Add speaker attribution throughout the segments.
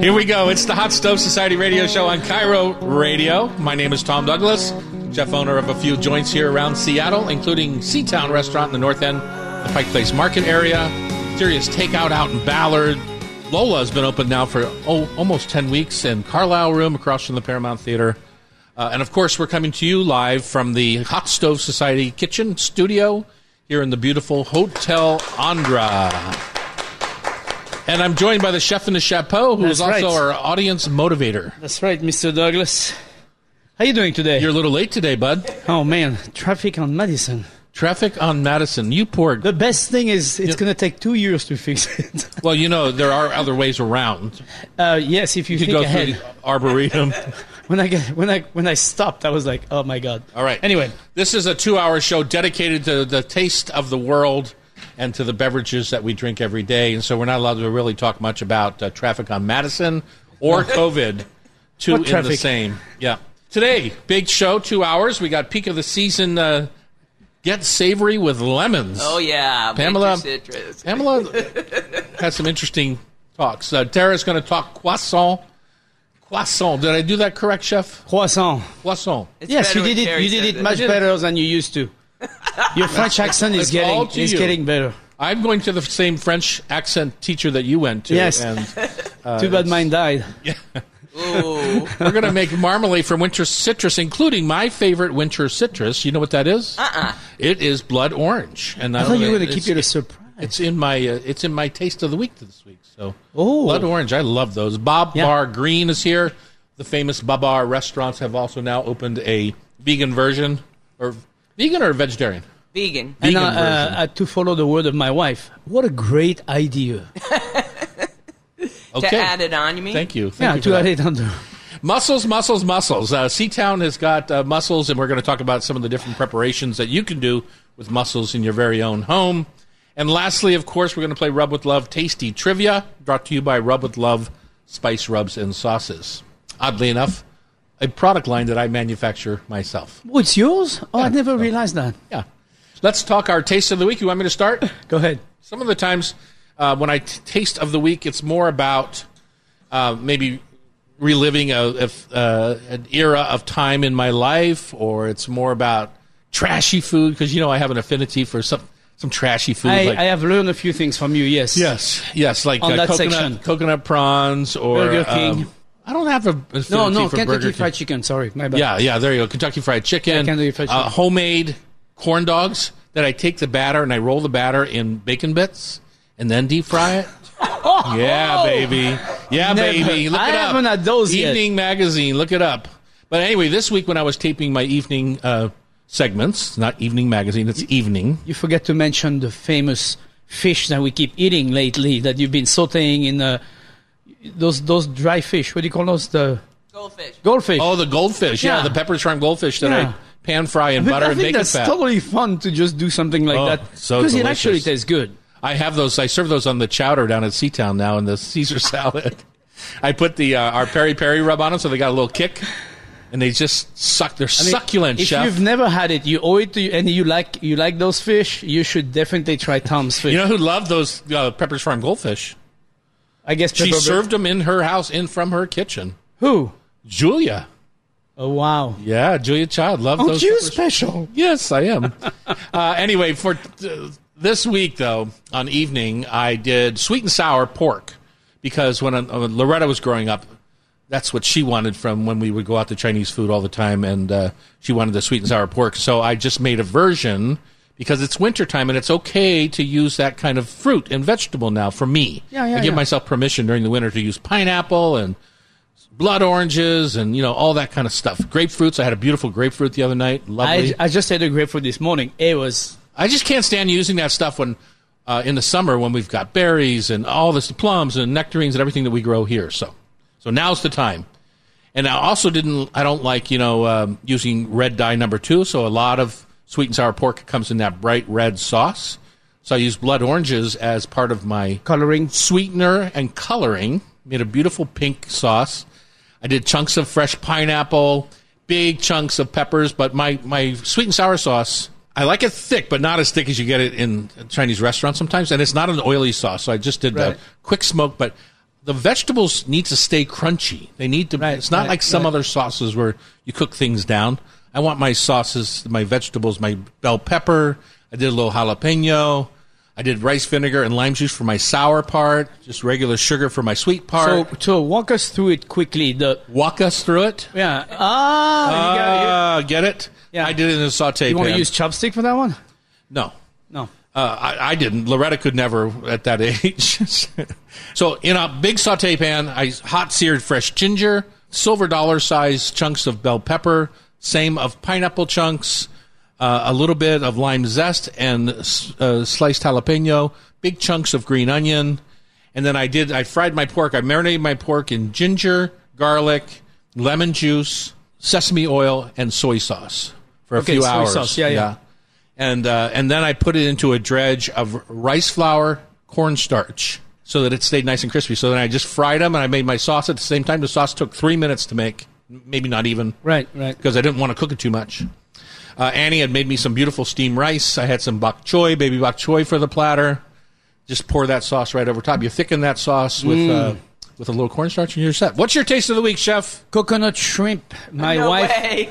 Speaker 1: Here we go. It's the Hot Stove Society radio show on Cairo Radio. My name is Tom Douglas, chef owner of a few joints here around Seattle, including Seatown Restaurant in the North End, the Pike Place Market area, Serious Takeout out in Ballard. Lola has been open now for oh, almost 10 weeks, and Carlisle Room across from the Paramount Theater. Uh, and of course, we're coming to you live from the Hot Stove Society kitchen studio here in the beautiful Hotel Andra. And I'm joined by the chef in the chapeau, who is
Speaker 2: That's
Speaker 1: also
Speaker 2: right.
Speaker 1: our audience motivator.
Speaker 2: That's right, Mr. Douglas. How you doing today?
Speaker 1: You're a little late today, bud.
Speaker 2: oh man, traffic on Madison.
Speaker 1: Traffic on Madison. You poor.
Speaker 2: The best thing is it's gonna take two years to fix it.
Speaker 1: Well, you know there are other ways around.
Speaker 2: uh, yes, if you,
Speaker 1: You
Speaker 2: think
Speaker 1: go
Speaker 2: ahead.
Speaker 1: through the arboretum.
Speaker 2: When I get when I when I stopped, I was like, oh my god.
Speaker 1: All right.
Speaker 2: Anyway,
Speaker 1: this is a two-hour show dedicated to the taste of the world and to the beverages that we drink every day. And so we're not allowed to really talk much about uh, traffic on Madison or COVID. Two
Speaker 2: What
Speaker 1: in the
Speaker 2: traffic?
Speaker 1: same. Yeah. Today, big show, two hours. We got peak of the season. Uh, Get savory with lemons.
Speaker 3: Oh yeah,
Speaker 1: Pamela-
Speaker 3: winter citrus.
Speaker 1: Pamela had some interesting talks. Uh, Tara's going to talk croissant. Croissant. Did I do that correct, Chef?
Speaker 2: croissant.
Speaker 1: Croissant.
Speaker 3: It's
Speaker 2: yes,
Speaker 3: better
Speaker 2: you
Speaker 3: when
Speaker 2: did it.
Speaker 3: Terry
Speaker 2: You did
Speaker 3: said
Speaker 2: it much better than you used to. Your French accent is
Speaker 1: It's all
Speaker 2: getting
Speaker 1: to
Speaker 2: is
Speaker 1: you.
Speaker 2: getting better.
Speaker 1: I'm going to the same French accent teacher that you went to.
Speaker 2: Yes.
Speaker 1: And
Speaker 2: Too bad mine died.
Speaker 3: Ooh.
Speaker 1: we're going to make marmalade from winter citrus, including my favorite winter citrus. You know what that is? Uh-uh. It is blood orange. And
Speaker 2: I thought you were gonna
Speaker 1: it's-
Speaker 2: keep it a surprise.
Speaker 1: It's in my uh, it's in my taste of the week this week. So
Speaker 2: Oh.
Speaker 1: blood orange, I love those. Bob
Speaker 2: Yeah.
Speaker 1: Bar Green is here. The famous Babar restaurants have also now opened a vegan version, or vegan or vegetarian.
Speaker 3: vegan.
Speaker 2: and
Speaker 1: vegan
Speaker 2: uh, uh, to follow the word of my wife, what a great idea!
Speaker 1: Okay,
Speaker 3: To add it on, you mean?
Speaker 1: thank you. Thank
Speaker 2: yeah,
Speaker 1: you for
Speaker 2: to
Speaker 1: that.
Speaker 2: add it under.
Speaker 1: Muscles, muscles, muscles. Uh, Seatown has got uh, muscles, and we're going to talk about some of the different preparations that you can do with muscles in your very own home. And lastly, of course, we're going to play Rub with Love Tasty Trivia, brought to you by Rub with Love Spice Rubs and Sauces. Oddly enough, a product line that I manufacture myself.
Speaker 2: Oh, it's yours? Oh, I never realized that.
Speaker 1: Yeah. Let's talk our taste of the week. You want me to start?
Speaker 2: Go ahead.
Speaker 1: Some of the times uh, when I t- taste of the week, it's more about uh, maybe reliving a, a f- uh, an era of time in my life, or it's more about trashy food because you know I have an affinity for some some trashy food.
Speaker 2: I,
Speaker 1: like,
Speaker 2: I have learned a few things from you, yes.
Speaker 1: yes, yes, like
Speaker 2: On
Speaker 1: uh,
Speaker 2: that
Speaker 1: coconut
Speaker 2: section.
Speaker 1: coconut prawns or
Speaker 2: Burger King.
Speaker 1: um, I don't have a affinity
Speaker 2: No, no,
Speaker 1: for
Speaker 2: Kentucky
Speaker 1: Burger King.
Speaker 2: Fried Chicken. Sorry, my bad.
Speaker 1: Yeah, yeah, there you go. Kentucky Fried Chicken.
Speaker 2: Yeah, Kentucky Fried
Speaker 1: Uh,
Speaker 2: Chicken.
Speaker 1: homemade corn dogs that I take the batter and I roll the batter in bacon bits and then deep fry it. yeah, baby. Yeah,
Speaker 2: Oh. Never.
Speaker 1: baby. Look
Speaker 2: I
Speaker 1: it up.
Speaker 2: haven't had those yet.
Speaker 1: Evening magazine. Look it up. But anyway, this week when I was taping my evening uh, segments, not evening magazine, it's evening.
Speaker 2: You forget to mention the famous fish that we keep eating lately that you've been sauteing in uh, those those dry fish. What do you call those? The
Speaker 3: Goldfish.
Speaker 2: goldfish.
Speaker 1: Oh, the goldfish. Yeah,
Speaker 2: Yeah.
Speaker 1: the pepper shrimp goldfish that
Speaker 2: Yeah.
Speaker 1: I pan fry in
Speaker 2: But
Speaker 1: butter
Speaker 2: I
Speaker 1: and
Speaker 2: think
Speaker 1: bacon
Speaker 2: that's
Speaker 1: fat.
Speaker 2: totally fun to just do something like
Speaker 1: Oh,
Speaker 2: that.
Speaker 1: so
Speaker 2: Because it actually
Speaker 1: delicious.
Speaker 2: tastes good.
Speaker 1: I have those. I serve those on the chowder down at Seatown now in the Caesar salad. I put the uh, our peri peri rub on them, so they got a little kick, and they just suck. They're
Speaker 2: I mean,
Speaker 1: succulent,
Speaker 2: If
Speaker 1: chef.
Speaker 2: you've never had it, you owe it to you, and you like you like those fish. You should definitely try Tom's fish.
Speaker 1: you know who loved those uh, Pepper's Farm goldfish?
Speaker 2: I guess
Speaker 1: She
Speaker 2: pepper-
Speaker 1: served them in her house, in from her kitchen.
Speaker 2: who?
Speaker 1: Julia,
Speaker 2: Oh wow!
Speaker 1: yeah, Julia Child
Speaker 2: Oh,
Speaker 1: loved those. Pepper's-
Speaker 2: special?
Speaker 1: Yes, I am. uh, anyway, for uh, this week though, on evening I did sweet and sour pork because when, uh, when Loretta was growing up, that's what she wanted from when we would go out to Chinese food all the time, and uh, she wanted the sweet and sour pork. So I just made a version because it's wintertime and it's okay to use that kind of fruit and vegetable now for me.
Speaker 2: Yeah, yeah,
Speaker 1: I give
Speaker 2: yeah.
Speaker 1: myself permission during the winter to use pineapple and blood oranges and you know all that kind of stuff. Grapefruits. I had a beautiful grapefruit the other night. Lovely.
Speaker 2: I, I just had a grapefruit this morning. It was
Speaker 1: I just can't stand using that stuff when uh, in the summer when we've got berries and all this plums and nectarines and everything that we grow here. So, so now's the time. And I also didn't. I don't like you know um, using red dye number two. So a lot of sweet and sour pork comes in that bright red sauce. So I use blood oranges as part of my
Speaker 2: coloring.
Speaker 1: sweetener and coloring. Made a beautiful pink sauce. I did chunks of fresh pineapple, big chunks of peppers, but my, my sweet and sour sauce, I like it thick, but not as thick as you get it in Chinese restaurants sometimes. And it's not an oily sauce, so I just did a
Speaker 2: Right.
Speaker 1: quick smoke, but the vegetables need to stay crunchy. They need to.
Speaker 2: Right,
Speaker 1: it's not
Speaker 2: right,
Speaker 1: like some
Speaker 2: right.
Speaker 1: other sauces where you cook things down. I want my sauces, my vegetables, my bell pepper. I did a little jalapeno. I did rice vinegar and lime juice for my sour part. Just regular sugar for my sweet
Speaker 2: So,
Speaker 1: part.
Speaker 2: so walk us through it quickly. The
Speaker 1: Walk us through it.
Speaker 2: yeah. Ah, you gotta-
Speaker 1: Uh, get it?
Speaker 2: Yeah.
Speaker 1: I did it in a saute
Speaker 2: you want
Speaker 1: pan.
Speaker 2: to use chopstick for that one?
Speaker 1: no.
Speaker 2: No.
Speaker 1: Uh, I, I didn't. Loretta could never at that age. so in a big saute pan, I hot seared fresh ginger, silver dollar size chunks of bell pepper, same of pineapple chunks, uh, a little bit of lime zest and uh, sliced jalapeno, big chunks of green onion, and then I did. I fried my pork. I marinated my pork in ginger, garlic, lemon juice, sesame oil, and soy sauce for a
Speaker 2: Okay,
Speaker 1: few
Speaker 2: soy
Speaker 1: hours.
Speaker 2: sauce. Yeah, yeah.
Speaker 1: And uh, and then I put it into a dredge of rice flour, cornstarch, so that it stayed nice and crispy. So then I just fried them, and I made my sauce at the same time. The sauce took three minutes to make, maybe not even
Speaker 2: Right, right.
Speaker 1: because I didn't want to cook it too much. Uh, Annie had made me some beautiful steamed rice. I had some bok choy, baby bok choy for the platter. Just pour that sauce right over top. You thicken that sauce with
Speaker 2: Mm.
Speaker 1: uh, with a little cornstarch, and you're set. What's your taste of the week, chef?
Speaker 2: Coconut shrimp. My
Speaker 3: No
Speaker 2: wife.
Speaker 3: way.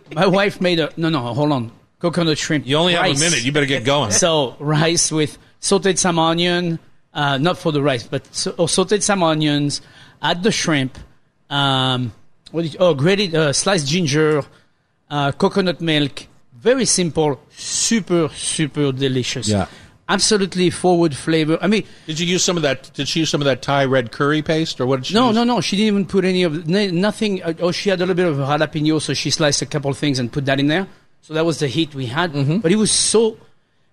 Speaker 2: My wife made a no, no. Hold on. Coconut shrimp.
Speaker 1: You only
Speaker 2: Rice.
Speaker 1: have a minute. You better get going.
Speaker 2: So rice with sauteed some onion, uh, not for the rice, but so, oh, sauteed some onions, add the shrimp, um, what did you, oh grated uh, sliced ginger, uh, coconut milk. Very simple, super super delicious.
Speaker 1: Yeah.
Speaker 2: absolutely forward flavor. I mean,
Speaker 1: Did you use some of that? Did she use some of that Thai red curry paste, or what did she?
Speaker 2: no
Speaker 1: use?
Speaker 2: no no. She didn't even put any of no- nothing. uh, Oh, she had a little bit of jalapeno, so she sliced a couple things and put that in there. So that was the heat we had.
Speaker 1: Mm-hmm.
Speaker 2: But it was so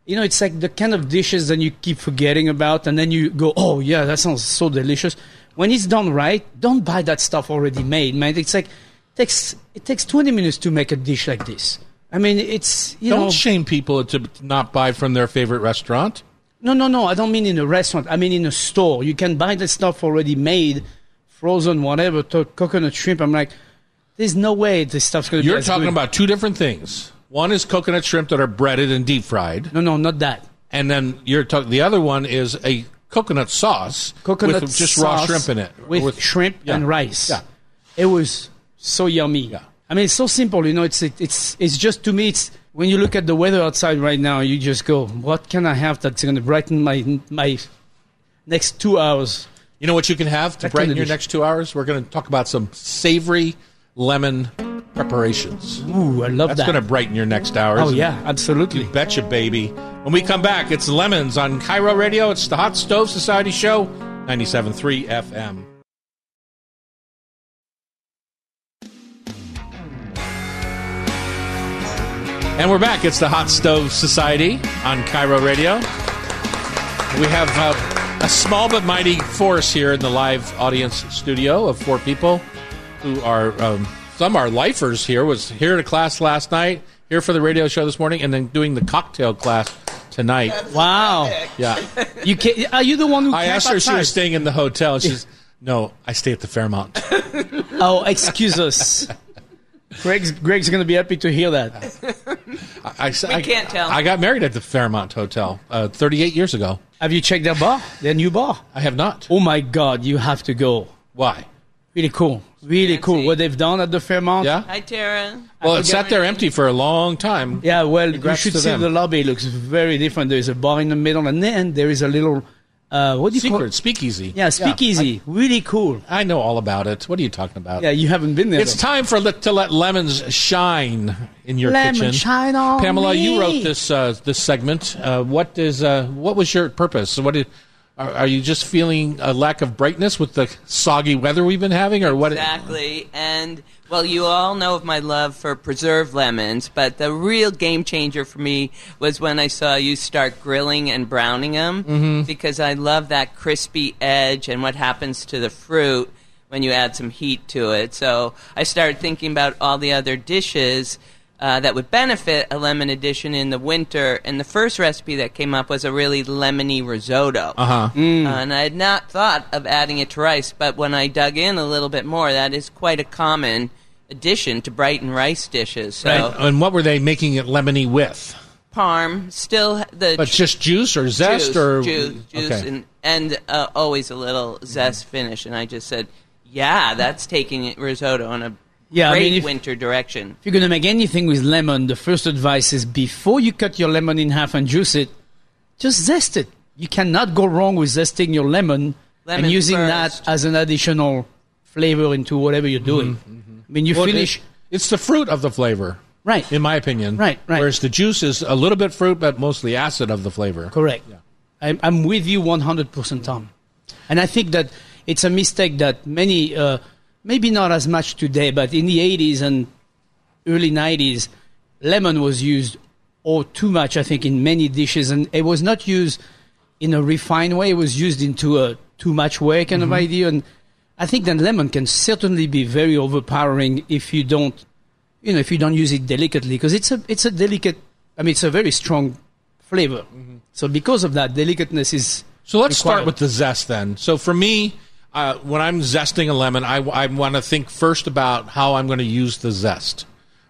Speaker 2: you know, it's like the kind of dishes that you keep forgetting about, and then you go, "Oh yeah, that sounds so delicious." When it's done right, don't buy that stuff already made, man. It's like takes it takes twenty minutes to make a dish like this. I mean, it's you
Speaker 1: Don't
Speaker 2: know,
Speaker 1: shame people to not buy from their favorite restaurant.
Speaker 2: no, no, no. I don't mean in a restaurant. I mean in a store. You can buy the stuff already made, frozen, whatever. To- coconut shrimp. I'm like, there's no way this stuff's gonna be.
Speaker 1: You're
Speaker 2: as
Speaker 1: talking
Speaker 2: good.
Speaker 1: about two different things. One is coconut shrimp that are breaded and deep fried.
Speaker 2: no, no, not that.
Speaker 1: and then you're talking. The other one is a coconut sauce,
Speaker 2: coconut
Speaker 1: with just raw
Speaker 2: sauce
Speaker 1: shrimp in it,
Speaker 2: with, shrimp
Speaker 1: yeah.
Speaker 2: and rice.
Speaker 1: Yeah.
Speaker 2: it was so yummy.
Speaker 1: Yeah.
Speaker 2: I mean, it's so simple. You know, it's it, it's it's just to me. It's when you look at the weather outside right now, you just go, "What can I have that's going to brighten my my next two hours?"
Speaker 1: You know what you can have to
Speaker 2: That
Speaker 1: brighten
Speaker 2: kind of
Speaker 1: your
Speaker 2: dish.
Speaker 1: next two hours? We're going to talk about some savory lemon preparations.
Speaker 2: Ooh, I love
Speaker 1: That's
Speaker 2: that.
Speaker 1: going to brighten your next hours.
Speaker 2: oh yeah, absolutely.
Speaker 1: betcha, baby. When we come back, it's lemons on Cairo Radio. It's the Hot Stove Society Show, ninety-seven-three FM. And we're back. It's the Hot Stove Society on Cairo Radio. We have uh, a small but mighty force here in the live audience studio of four people who are um, some are lifers here. Was here to class last night, here for the radio show this morning, and then doing the cocktail class tonight.
Speaker 2: Wow,
Speaker 1: Yeah,
Speaker 2: you can, are you the one who?
Speaker 1: I
Speaker 2: came
Speaker 1: asked her if she
Speaker 2: outside?
Speaker 1: was staying in the hotel. She's no, I stay at the Fairmont.
Speaker 2: Oh, excuse us. Greg's Greg's going to be happy to hear that.
Speaker 1: I, I,
Speaker 3: We can't tell.
Speaker 1: I got married at the Fairmont Hotel uh, 38 years ago.
Speaker 2: Have you checked their bar? Their new bar?
Speaker 1: I have not.
Speaker 2: Oh my God, you have to go.
Speaker 1: Why?
Speaker 2: Really cool. Really cool.
Speaker 3: Fancy.
Speaker 2: What they've done at the Fairmont.
Speaker 1: Yeah.
Speaker 3: Hi, Tara.
Speaker 1: Well, it sat there empty for a long time.
Speaker 2: Yeah, well,
Speaker 1: Congrats
Speaker 2: you
Speaker 1: to
Speaker 2: should see
Speaker 1: them.
Speaker 2: the lobby. It looks very different. There's a bar in the middle, and then there is a little, uh, what do you call
Speaker 1: Secret
Speaker 2: it?
Speaker 1: speakeasy.
Speaker 2: Yeah, speakeasy. really cool.
Speaker 1: I know all about it. What are you talking about?
Speaker 2: Yeah, you haven't been there.
Speaker 1: It's time for let, to let lemons shine in your
Speaker 2: Lemon
Speaker 1: kitchen.
Speaker 2: shine on
Speaker 1: Pamela, you
Speaker 2: me.
Speaker 1: wrote this uh, this segment. Uh, what is uh, what was your purpose? What did, are, are you just feeling a lack of brightness with the soggy weather we've been having, or what?
Speaker 3: Exactly. And, well, you all know of my love for preserved lemons, but the real game changer for me was when I saw you start grilling and browning them
Speaker 1: Mm-hmm.
Speaker 3: because I love that crispy edge and what happens to the fruit when you add some heat to it. So I started thinking about all the other dishes. Uh, that would benefit a lemon addition in the winter. And the first recipe that came up was a really lemony risotto.
Speaker 1: Uh-huh.
Speaker 2: Mm.
Speaker 3: Uh, and I had not thought of adding it to rice, but when I dug in a little bit more, that is quite a common addition to Brighton rice dishes. So
Speaker 1: And,
Speaker 2: Uh,
Speaker 1: and what were they making it lemony with?
Speaker 3: parm, still the
Speaker 1: But
Speaker 3: ju-
Speaker 1: just juice or zest
Speaker 3: juice,
Speaker 1: or
Speaker 3: juice, juice
Speaker 1: Okay.
Speaker 3: and and uh, always a little zest finish. And I just said, yeah, that's taking it- risotto in a
Speaker 2: Yeah, I
Speaker 3: great
Speaker 2: mean, if-
Speaker 3: winter direction.
Speaker 2: If you're going to make anything with lemon, the first advice is before you cut your lemon in half and juice it, just zest it. You cannot go wrong with zesting your lemon,
Speaker 3: Lemon
Speaker 2: and using
Speaker 3: first.
Speaker 2: that as an additional flavor into whatever you're doing.
Speaker 3: Mm-hmm.
Speaker 2: I mean, you
Speaker 1: Well,
Speaker 2: finish.
Speaker 1: it- it's the fruit of the flavor,
Speaker 2: Right.
Speaker 1: In my opinion,
Speaker 2: Right, right.
Speaker 1: Whereas the juice is a little bit fruit, but mostly acid of the flavor.
Speaker 2: Correct. I'm, I'm with you 100%, Tom. And I think that it's a mistake that many, uh, maybe not as much today, but in the 80s and early 90s, lemon was used or too much, I think, in many dishes. And it was not used in a refined way, it was used into a too much way kind of idea. And I think that lemon can certainly be very overpowering if you don't. You know, if you don't use it delicately, because it's a it's a delicate. I mean, it's a very strong flavor.
Speaker 1: Mm-hmm.
Speaker 2: So because of that, delicateness is.
Speaker 1: So let's start
Speaker 2: required.
Speaker 1: with the zest then. So for me, uh, when I'm zesting a lemon, I, I want to think first about how I'm going to use the zest,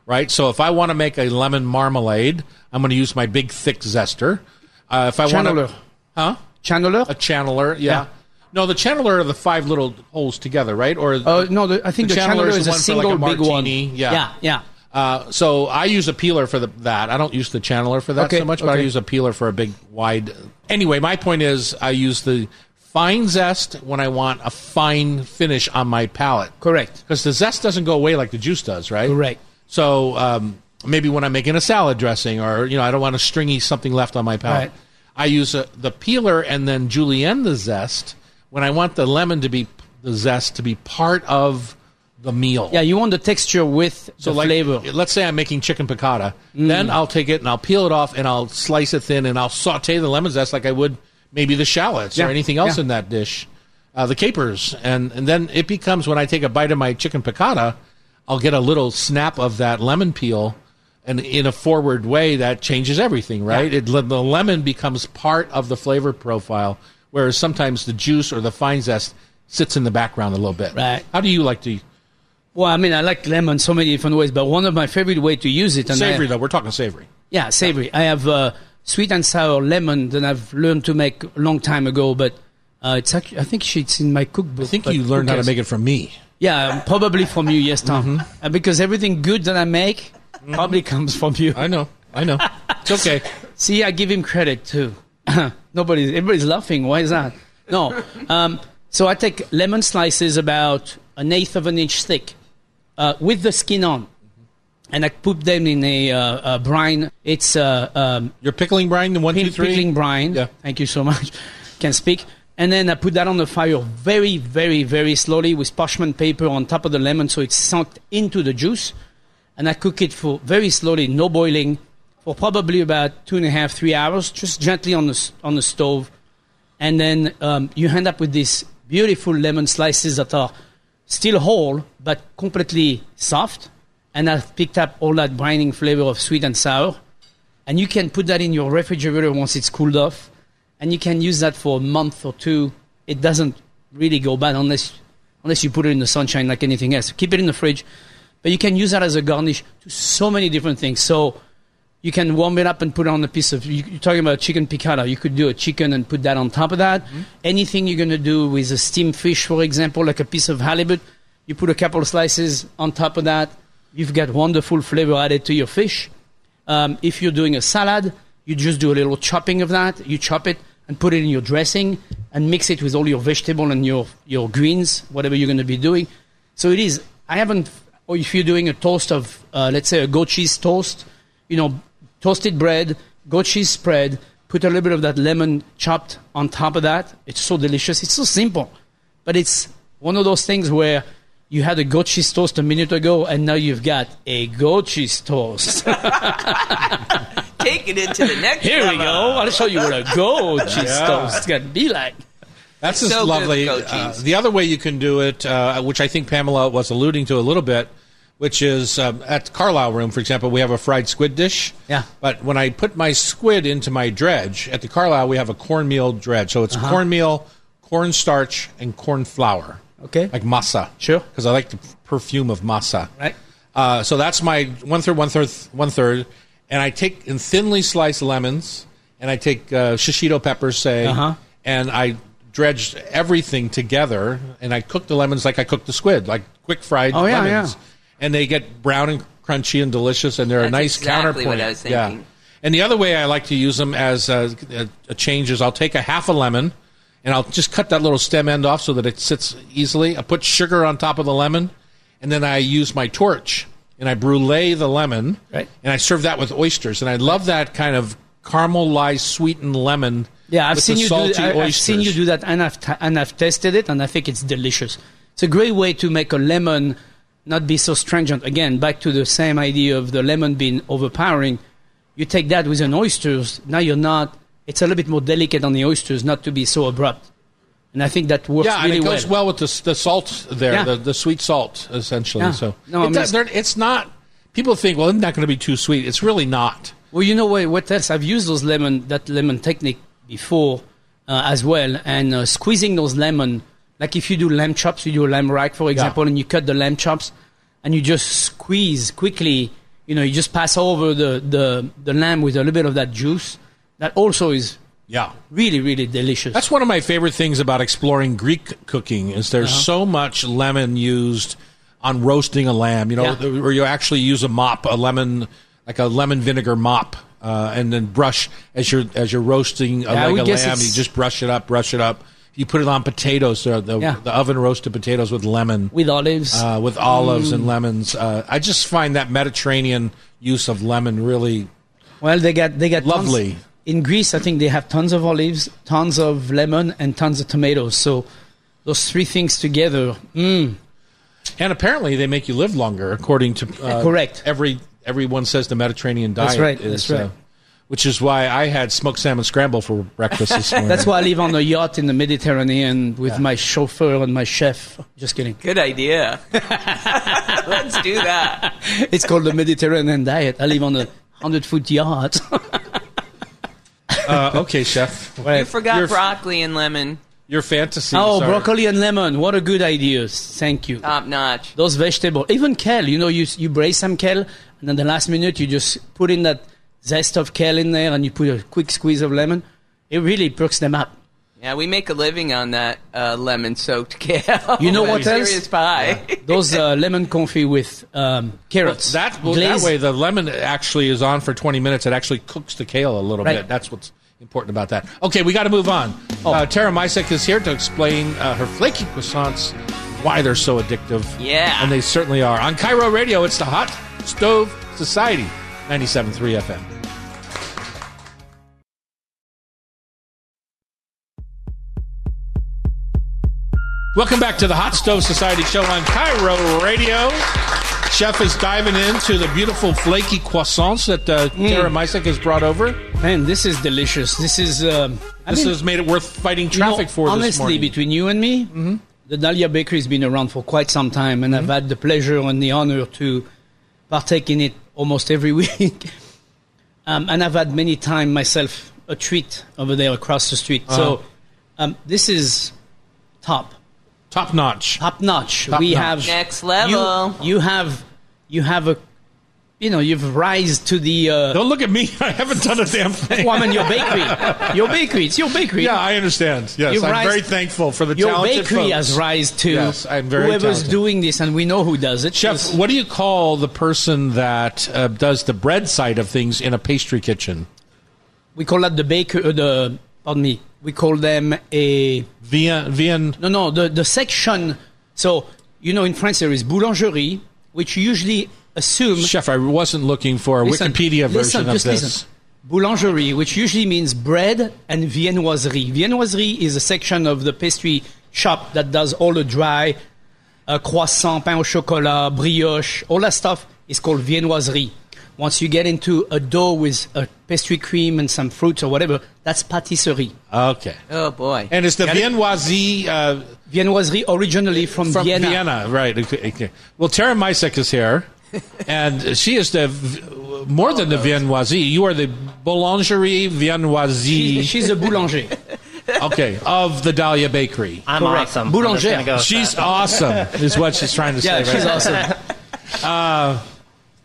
Speaker 1: right? So if I want to make a lemon marmalade, I'm going to use my big thick zester. Uh, if I want
Speaker 2: Channeler.
Speaker 1: to, huh?
Speaker 2: channeler.
Speaker 1: A channeler, yeah.
Speaker 2: Yeah.
Speaker 1: No, the channeler are the five little holes together, right? Or
Speaker 2: Uh, no, the, I think the, channeler, is,
Speaker 1: one for,
Speaker 2: a
Speaker 1: like,
Speaker 2: single big one.
Speaker 1: martini, Yeah.
Speaker 2: yeah, yeah.
Speaker 1: Uh, so I use a peeler for the, that. I don't use the channeler for that
Speaker 2: Okay,
Speaker 1: so much, but I
Speaker 2: okay.
Speaker 1: use a peeler for a big wide. Anyway, my point is I use the fine zest when I want a fine finish on my palate.
Speaker 2: Correct.
Speaker 1: Because the zest doesn't go away like the juice does, right?
Speaker 2: Correct.
Speaker 1: So um, maybe when I'm making a salad dressing, or you know, I don't want a stringy something left on my palate.
Speaker 2: Right.
Speaker 1: I use a, the peeler and then julienne the zest when I want the lemon to be the zest to be part of the meal.
Speaker 2: Yeah, you want the texture with
Speaker 1: So
Speaker 2: the
Speaker 1: like,
Speaker 2: flavor. Mm.
Speaker 1: let's say I'm making chicken piccata, then I'll take it and I'll peel it off and I'll slice it thin and I'll saute the lemon zest like I would maybe the shallots or
Speaker 2: Yeah,
Speaker 1: anything else
Speaker 2: yeah.
Speaker 1: in that dish, uh, the capers, and and then it becomes when I take a bite of my chicken piccata, I'll get a little snap of that lemon peel, and in a forward way that changes everything, right? It the lemon becomes part of the flavor profile, whereas sometimes the juice or the fine zest sits in the background a little bit.
Speaker 2: Right.
Speaker 1: How do you like to
Speaker 2: Well, I mean, I like lemon so many different ways, but one of my favorite way to use it and I-
Speaker 1: savory though? We're talking savory.
Speaker 2: Yeah, savory. I have uh, sweet and sour lemon that I've learned to make a long time ago, but uh, it's actually, I think she- it's in my cookbook.
Speaker 1: I think you learned how to make it from me.
Speaker 2: Yeah, um, probably from you, yes, Tom. Uh, because everything good that I make probably comes from you.
Speaker 1: I know. I know. It's okay.
Speaker 2: See, I give him credit too. Nobody's, everybody's laughing. Why is that? No. Um, so I take lemon slices about an eighth of an inch thick, uh, with the skin on, and I put them in a, uh, a brine. It's uh, um,
Speaker 1: You're pickling brine, the one, two,
Speaker 2: pin-
Speaker 1: three.
Speaker 2: pickling brine.
Speaker 1: Yeah.
Speaker 2: Thank you so much. Can speak. And then I put that on the fire very, very, very slowly with parchment paper on top of the lemon so it's sunk into the juice. And I cook it for very slowly, no boiling, for probably about two and a half, three hours, just gently on the, s- on the stove. And then um, you end up with these beautiful lemon slices that are still whole but completely soft. And I've picked up all that brining flavor of sweet and sour and you can put that in your refrigerator once it's cooled off, and you can use that for a month or two. It doesn't really go bad unless unless you put it in the sunshine like anything else. Keep it in the fridge, but you can use that as a garnish to so many different things. So you can warm it up and put it on a piece of. You, you're talking about chicken piccata. You could do a chicken and put that on top of that. Anything you're gonna do with a steamed fish, for example, like a piece of halibut, you put a couple of slices on top of that. You've got wonderful flavor added to your fish. Um, if you're doing a salad, you just do a little chopping of that. You chop it and put it in your dressing and mix it with all your vegetable and your, your greens, whatever you're going to be doing. So it is. I haven't. Or if you're doing a toast of, uh, let's say, a goat cheese toast, you know, toasted bread, goat cheese spread, put a little bit of that lemon chopped on top of that. It's so delicious. It's so simple, but it's one of those things where you had a goat cheese toast a minute ago, and now you've got a goat cheese toast.
Speaker 3: Take it into the next
Speaker 2: Here we
Speaker 3: level.
Speaker 2: go. I'll show you what a goat cheese
Speaker 1: Yeah.
Speaker 2: toast can be like.
Speaker 1: That's
Speaker 3: It's
Speaker 1: just
Speaker 3: so good
Speaker 1: lovely.
Speaker 3: with goat
Speaker 1: Uh,
Speaker 3: cheese.
Speaker 1: the other way you can do it, uh, which I think Pamela was alluding to a little bit, which is um, at Carlisle Room, for example, we have a fried squid dish.
Speaker 2: Yeah.
Speaker 1: But when I put my squid into my dredge, at the Carlisle, we have a cornmeal dredge. So it's cornmeal, cornstarch, and corn flour.
Speaker 2: Okay.
Speaker 1: Like masa.
Speaker 2: Sure.
Speaker 1: Because I like the perfume of masa.
Speaker 2: Right.
Speaker 1: Uh, so that's my one third, one third, one third, and I take and thinly sliced lemons, and I take uh, shishito peppers, say,
Speaker 2: Uh-huh.
Speaker 1: and I dredged everything together, and I cooked the lemons like I cooked the squid, like quick fried
Speaker 2: Oh, yeah,
Speaker 1: lemons,
Speaker 2: yeah.
Speaker 1: and they get brown and crunchy and delicious, and they're a
Speaker 3: That's
Speaker 1: nice
Speaker 3: exactly
Speaker 1: counterpoint.
Speaker 3: what I was
Speaker 1: Yeah.
Speaker 3: thinking.
Speaker 1: And the other way I like to use them as a, a, a change is I'll take a half a lemon and I'll just cut that little stem end off so that it sits easily. I put sugar on top of the lemon, and then I use my torch and I brulee the lemon,
Speaker 2: Right.
Speaker 1: and I serve that with oysters. And I love that kind of caramelized, sweetened lemon.
Speaker 2: Yeah, I've
Speaker 1: with
Speaker 2: seen
Speaker 1: the
Speaker 2: you. Do,
Speaker 1: salty
Speaker 2: I, I've
Speaker 1: oysters.
Speaker 2: seen you do that, and I've t- and I've tested it, and I think it's delicious. It's a great way to make a lemon not be so stringent. Again, back to the same idea of the lemon being overpowering. You take that with an oysters. Now you're not. It's a little bit more delicate on the oysters, not to be so abrupt. And I think that works
Speaker 1: Yeah,
Speaker 2: really
Speaker 1: and it goes
Speaker 2: well.
Speaker 1: well, with the, s- the salt there,
Speaker 2: Yeah.
Speaker 1: the, the sweet salt, essentially.
Speaker 2: Yeah.
Speaker 1: So
Speaker 2: No,
Speaker 1: it
Speaker 2: I'm
Speaker 1: does-
Speaker 2: just-
Speaker 1: they're- it's not. People think, well, isn't that going to be too sweet? It's really not.
Speaker 2: Well, you know what? What else? I've used those lemon that lemon technique before uh, as well, and uh, squeezing those lemon. Like if you do lamb chops, you do a lamb rack, for example, and you cut the lamb chops, and you just squeeze quickly. You know, you just pass over the the, the lamb with a little bit of that juice. That also is
Speaker 1: Yeah,
Speaker 2: really really delicious.
Speaker 1: That's one of my favorite things about exploring Greek cooking is there's
Speaker 2: Uh-huh.
Speaker 1: so much lemon used on roasting a lamb. You know,
Speaker 2: Yeah.
Speaker 1: th- where you actually use a mop, a lemon, like a lemon vinegar mop, uh, and then brush as you're as you're roasting a
Speaker 2: I
Speaker 1: leg
Speaker 2: would
Speaker 1: of
Speaker 2: guess
Speaker 1: lamb. You
Speaker 2: it's-
Speaker 1: just brush it up, brush it up. You put it on potatoes, the the,
Speaker 2: Yeah.
Speaker 1: the oven roasted potatoes with lemon,
Speaker 2: with olives.
Speaker 1: uh, with olives
Speaker 2: Mm.
Speaker 1: and lemons. Uh, I just find that Mediterranean use of lemon really
Speaker 2: Well, they got they got tons-
Speaker 1: Lovely.
Speaker 2: in Greece, I think they have tons of olives, tons of lemon, and tons of tomatoes. So those three things together, mm,
Speaker 1: And apparently, they make you live longer, according to uh,
Speaker 2: Correct.
Speaker 1: Every everyone says the Mediterranean diet.
Speaker 2: That's right,
Speaker 1: Is,
Speaker 2: that's right.
Speaker 1: uh, which is why I had smoked salmon scramble for breakfast this morning.
Speaker 2: That's why I live on a yacht in the Mediterranean with my chauffeur and my chef. Just kidding.
Speaker 3: Good idea. Let's do that.
Speaker 2: It's called the Mediterranean diet. I live on a 100 foot yacht.
Speaker 1: Uh, okay, chef.
Speaker 3: You forgot
Speaker 1: your,
Speaker 3: broccoli and lemon.
Speaker 1: Your fantasy.
Speaker 2: oh,
Speaker 1: sorry.
Speaker 2: broccoli and lemon. What a good idea. Thank you.
Speaker 3: Top notch.
Speaker 2: Those vegetables, even kale, you know, you, you braise some kale, and then the last minute you just put in that zest of kale in there and you put a quick squeeze of lemon. It really perks them up.
Speaker 3: Yeah, we make a living on that uh, lemon soaked kale.
Speaker 2: You know what
Speaker 3: Serious
Speaker 2: else?
Speaker 3: pie.
Speaker 2: Those uh, lemon confit with um, carrots.
Speaker 1: Eh, That well, that
Speaker 2: Glazed.
Speaker 1: way, the lemon actually is on for twenty minutes. It actually cooks the kale a little
Speaker 2: Right. Oh.
Speaker 1: bit. That's what's important about that. Okay, we got to move on. Uh, Tara Misek is here to explain uh, her flaky croissants, why they're so addictive.
Speaker 3: Yeah.
Speaker 1: and they certainly are. On Cairo Radio, it's the Hot Stove Society, ninety-seven-three FM. Welcome back to the Hot Stove Society show on Cairo Radio. Chef is diving into the beautiful flaky croissants that uh,
Speaker 2: Mm.
Speaker 1: Tara Misek has brought over.
Speaker 2: Man, this is delicious. This is. Um, I
Speaker 1: This
Speaker 2: mean-
Speaker 1: has made it worth fighting
Speaker 2: You know,
Speaker 1: traffic for
Speaker 2: honestly,
Speaker 1: this morning. Mm-hmm.
Speaker 2: between you and me, the Dahlia Bakery has been around for quite some time, and I've had the pleasure and the honor to partake in it almost every week. um, and I've had many time myself a treat over there across the street.
Speaker 1: Uh-huh.
Speaker 2: So um, this is top,
Speaker 1: Top notch.
Speaker 2: top notch.
Speaker 1: Top
Speaker 2: we
Speaker 1: notch.
Speaker 2: have
Speaker 3: Next
Speaker 2: you-
Speaker 3: level.
Speaker 2: You, have you have a you know you've rise to the. Uh,
Speaker 1: Don't look at me. I haven't done a damn thing.
Speaker 2: woman, your bakery, your bakery, it's your bakery.
Speaker 1: Yeah, I understand. Yes,
Speaker 2: You've
Speaker 1: I'm
Speaker 2: rise-
Speaker 1: very thankful for the
Speaker 2: Your
Speaker 1: talented
Speaker 2: bakery
Speaker 1: folks.
Speaker 2: has rise to
Speaker 1: Yes, I'm very
Speaker 2: whoever's
Speaker 1: talented.
Speaker 2: doing this, and we know who does it.
Speaker 1: Chef,
Speaker 2: It's-
Speaker 1: what do you call the person that uh, does the bread side of things in a pastry kitchen?
Speaker 2: we call that the baker. Uh, the pardon me, we call them a
Speaker 1: Vien, Vien
Speaker 2: no, no. The the section. So you know, in France there is boulangerie, which usually assume
Speaker 1: Chef, I wasn't looking for a
Speaker 2: Listen,
Speaker 1: Wikipedia version
Speaker 2: listen,
Speaker 1: of
Speaker 2: just
Speaker 1: this.
Speaker 2: Listen. Boulangerie, which usually means bread, and viennoiserie. Viennoiserie is a section of the pastry shop that does all the dry uh, croissant, pain au chocolat, brioche, all that stuff is called viennoiserie. Once you get into a dough with a pastry cream and some fruits or whatever, that's pâtisserie.
Speaker 1: Okay.
Speaker 3: Oh, boy.
Speaker 1: And it's the
Speaker 2: Got it?
Speaker 1: viennoiserie uh,
Speaker 2: Viennoiserie originally from,
Speaker 1: from Vienna.
Speaker 2: Vienna.
Speaker 1: right? Okay, okay. Well, Tara Misek is here, and she is the v- more than
Speaker 2: Oh,
Speaker 1: the viennoiserie. You are the boulangerie
Speaker 2: She-
Speaker 1: viennoiserie.
Speaker 2: she's a boulanger.
Speaker 1: okay, of the Dahlia Bakery.
Speaker 4: I'm
Speaker 2: Correct.
Speaker 4: awesome.
Speaker 2: Boulanger.
Speaker 4: I'm just gonna go with
Speaker 1: She's
Speaker 4: that.
Speaker 1: awesome, is what she's trying to say.
Speaker 2: yeah,
Speaker 1: right?
Speaker 2: she's awesome.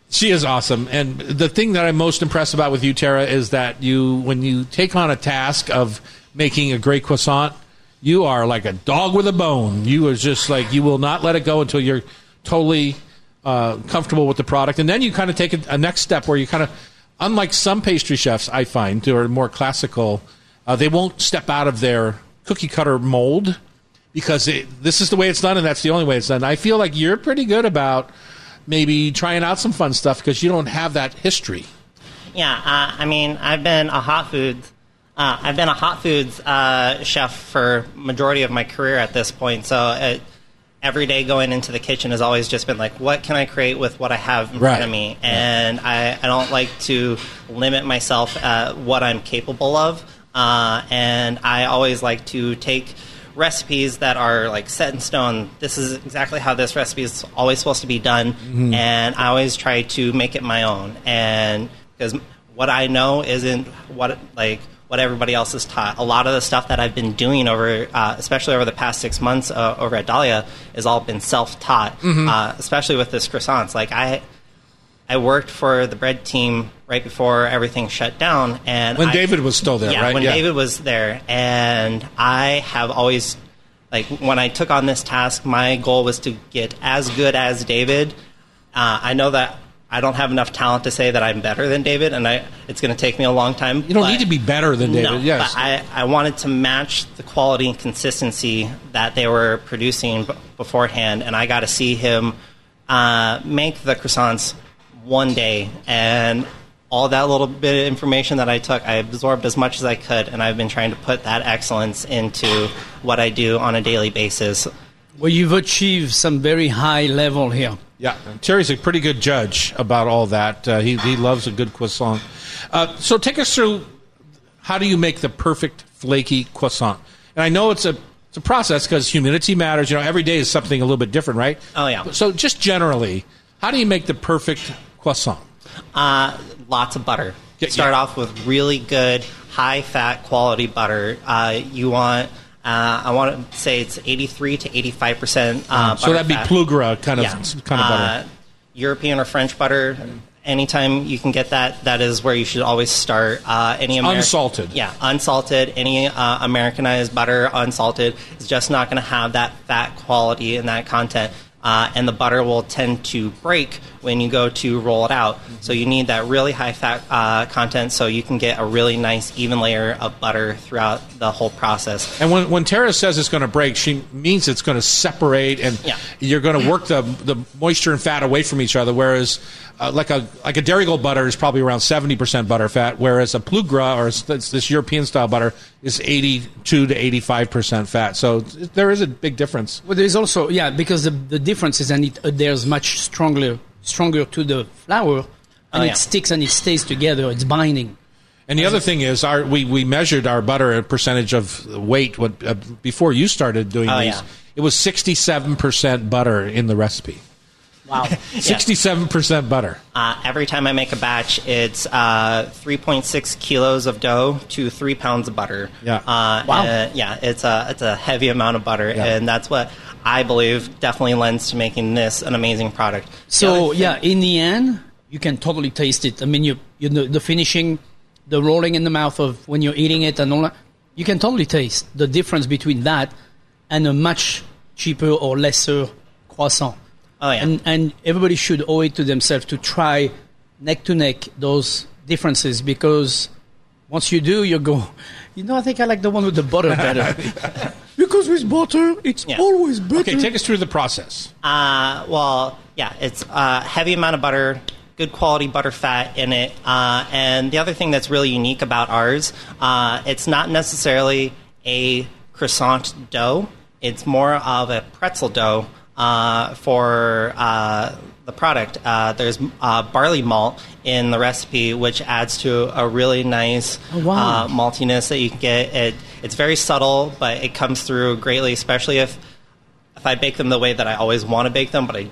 Speaker 1: She is awesome. And the thing that I'm most impressed about with you, Tara, is that you, when you take on a task of making a great croissant, you are like a dog with a bone. You are just like you will not let it go until you're totally uh, comfortable with the product, and then you kind of take a, a next step where you kind of, unlike some pastry chefs, I find who are more classical, uh, they won't step out of their cookie cutter mold because it, this is the way it's done, and that's the only way it's done. I feel like you're pretty good about maybe trying out some fun stuff because you don't have that history.
Speaker 4: Yeah, uh, I mean, I've been a hot foods, uh, I've been a hot foods uh, chef for majority of my career at this point. So uh every day going into the kitchen has always just been like, what can I create with what I have in front of
Speaker 1: Right.
Speaker 4: me? And I, I don't like to limit myself at what I'm capable of. Uh, and I always like to take recipes that are like set in stone. This is exactly how this recipe is always supposed to be done. And I always try to make it my own. And because what I know isn't what like what everybody else is taught. A lot of the stuff that I've been doing over, uh, especially over the past six months uh, over at Dahlia, has all been self-taught. Uh, especially with this croissants, like I. I worked for the bread team right before everything shut down, and
Speaker 1: When
Speaker 4: I-
Speaker 1: David was still there,
Speaker 4: yeah,
Speaker 1: right?
Speaker 4: When
Speaker 1: Yeah.
Speaker 4: David was there, and I have always, like, when I took on this task, my goal was to get as good as David. Uh, I know that I don't have enough talent to say that I'm better than David, and I it's going to take me a long time.
Speaker 1: You don't need to be better than David.
Speaker 4: No,
Speaker 1: yes,
Speaker 4: but I, I wanted to match the quality and consistency that they were producing b- beforehand, and I got to see him uh, make the croissants one day. And all that little bit of information that I took, I absorbed as much as I could, and I've been trying to put that excellence into what I do on a daily basis.
Speaker 2: Well, you've achieved some very high level here.
Speaker 1: Yeah, Terry's a pretty good judge about all that. Uh, he he loves a good croissant. Uh, so take us through how do you make the perfect flaky croissant? And I know it's a it's a process because humidity matters. You know, every day is something a little bit different, right?
Speaker 4: Oh, yeah.
Speaker 1: So just generally, how do you make the perfect croissant?
Speaker 4: Uh, lots of butter.
Speaker 1: Yeah,
Speaker 4: Start
Speaker 1: yeah.
Speaker 4: off with really good, high fat quality butter. Uh, you want, uh, I want to say it's 83 to 85%. Uh,
Speaker 1: so that'd be
Speaker 4: butter fat.
Speaker 1: plugra kind of kind of butter.
Speaker 4: Uh, European or French butter. Anytime you can get that, that is where you should always start. Uh, any Ameri-
Speaker 1: Unsalted.
Speaker 4: yeah, unsalted. Any uh, Americanized butter, unsalted, is just not going to have that fat quality and that content. Uh, and the butter will tend to break when you go to roll it out.
Speaker 1: Mm-hmm.
Speaker 4: So you need that really high fat uh, content so you can get a really nice even layer of butter throughout the whole process.
Speaker 1: And when, when Tara says it's going to break, she means it's going to separate, and
Speaker 4: Yeah.
Speaker 1: you're going to work the the moisture and fat away from each other. Whereas, uh, like a like a dairy gold butter is probably around seventy percent butter fat, whereas a plugra or s- this this European style butter is eighty two to eighty five percent fat. So it- there is a big difference.
Speaker 2: Well, there's also yeah because the, the difference is and it adheres much stronger stronger to the flour, and
Speaker 4: Oh, yeah.
Speaker 2: it sticks and it stays together. It's binding.
Speaker 1: And the other thing is, our we, we measured our butter a percentage of weight what, uh, before you started doing
Speaker 4: Oh,
Speaker 1: these.
Speaker 4: yeah.
Speaker 1: It was sixty seven percent butter in the recipe.
Speaker 4: Wow.
Speaker 1: Sixty seven percent butter.
Speaker 4: Uh, every time I make a batch, it's uh, 3.6 kilos of dough to three pounds of butter.
Speaker 1: Yeah.
Speaker 4: Uh,
Speaker 2: Wow.
Speaker 4: and, yeah, it's a it's a heavy amount of butter,
Speaker 1: Yeah.
Speaker 4: and that's what I believe definitely lends to making this an amazing product.
Speaker 2: So yeah, in the end, you can totally taste it. I mean, you you know the finishing, the rolling in the mouth of when you're eating it and all that. You can totally taste the difference between that and a much cheaper or lesser croissant.
Speaker 4: Oh, yeah.
Speaker 2: And and everybody should owe it to themselves to try neck to neck those differences because once you do, you go. You know, I think I like the one with the butter better because with butter, it's
Speaker 4: Yeah.
Speaker 2: always better.
Speaker 1: Okay, take us through the process.
Speaker 4: Uh, well, yeah, it's a heavy amount of butter, good quality butter fat in it. Uh, and the other thing that's really unique about ours, uh, it's not necessarily a croissant dough, it's more of a pretzel dough uh, for uh, the product. Uh, there's uh, barley malt in the recipe, which adds to a really nice
Speaker 2: Oh, wow.
Speaker 4: uh, maltiness that you can get. It, it's very subtle, but it comes through greatly, especially if if I bake them the way that I always want to bake them, but I,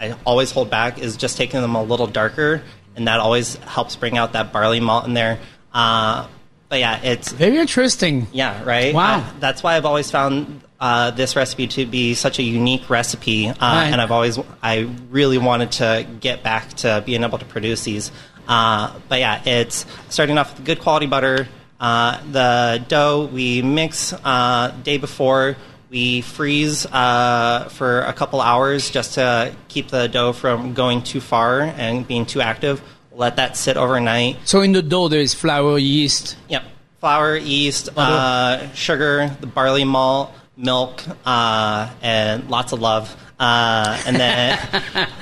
Speaker 4: I always hold back, is just taking them a little darker, and that always helps bring out that barley malt in there. Uh, but yeah, it's
Speaker 2: Very interesting.
Speaker 4: yeah, right.
Speaker 2: Wow.
Speaker 4: Uh, that's why I've always found uh, this recipe to be such a unique recipe, uh,
Speaker 2: Right.
Speaker 4: and I've always I really wanted to get back to being able to produce these. Uh, but yeah, it's starting off with good quality butter. Uh, the dough we mix uh, day before. We freeze uh, for a couple hours just to keep the dough from going too far and being too active. Let that sit overnight.
Speaker 2: So in the dough there is flour, yeast.
Speaker 4: Yep. Flour, yeast, uh, sugar, the barley malt, milk, uh, and lots of love. Uh, and then,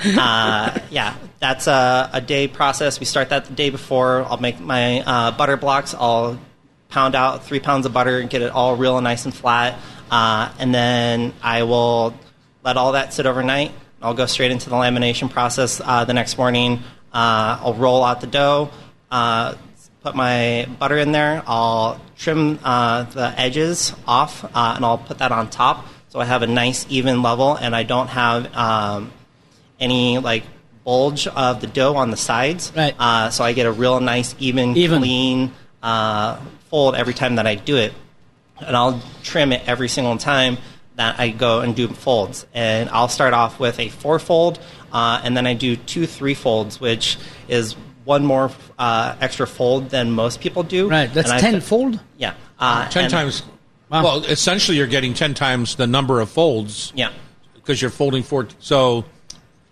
Speaker 4: uh, yeah, that's a, a day process. We start that the day before. I'll make my uh, butter blocks. I'll pound out three pounds of butter and get it all real and nice and flat. Uh, and then I will let all that sit overnight. I'll go straight into the lamination process uh, the next morning. Uh, I'll roll out the dough. Uh, put my butter in there. I'll trim uh, the edges off, uh, and I'll put that on top, so I have a nice even level, and I don't have um, any like bulge of the dough on the sides.
Speaker 2: Right.
Speaker 4: Uh, so I get a real nice, even,
Speaker 2: Even.
Speaker 4: clean uh, fold every time that I do it, and I'll trim it every single time that I go and do folds. And I'll start off with a four fold, uh, and then I do two three folds, which is one more uh, extra fold than most people do.
Speaker 2: Right, that's
Speaker 4: And I-
Speaker 2: tenfold.
Speaker 4: Yeah, uh,
Speaker 1: Ten
Speaker 4: and-
Speaker 1: times.
Speaker 2: Wow.
Speaker 1: Well, essentially, you're getting ten times the number of folds.
Speaker 4: Yeah.
Speaker 1: because you're folding four. So,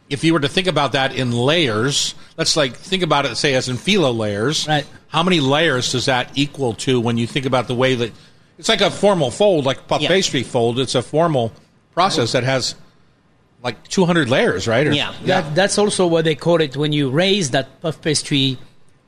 Speaker 1: if you were to think about that in layers, let's like think about it, say, as in phyllo layers.
Speaker 2: Right.
Speaker 1: How many layers does that equal to when you think about the way that it's like a formal fold, like puff
Speaker 4: Yeah.
Speaker 1: pastry fold? It's a formal process that has like 200 layers, right? Or-
Speaker 4: Yeah.
Speaker 2: That, that's also what they call it when you raise that puff pastry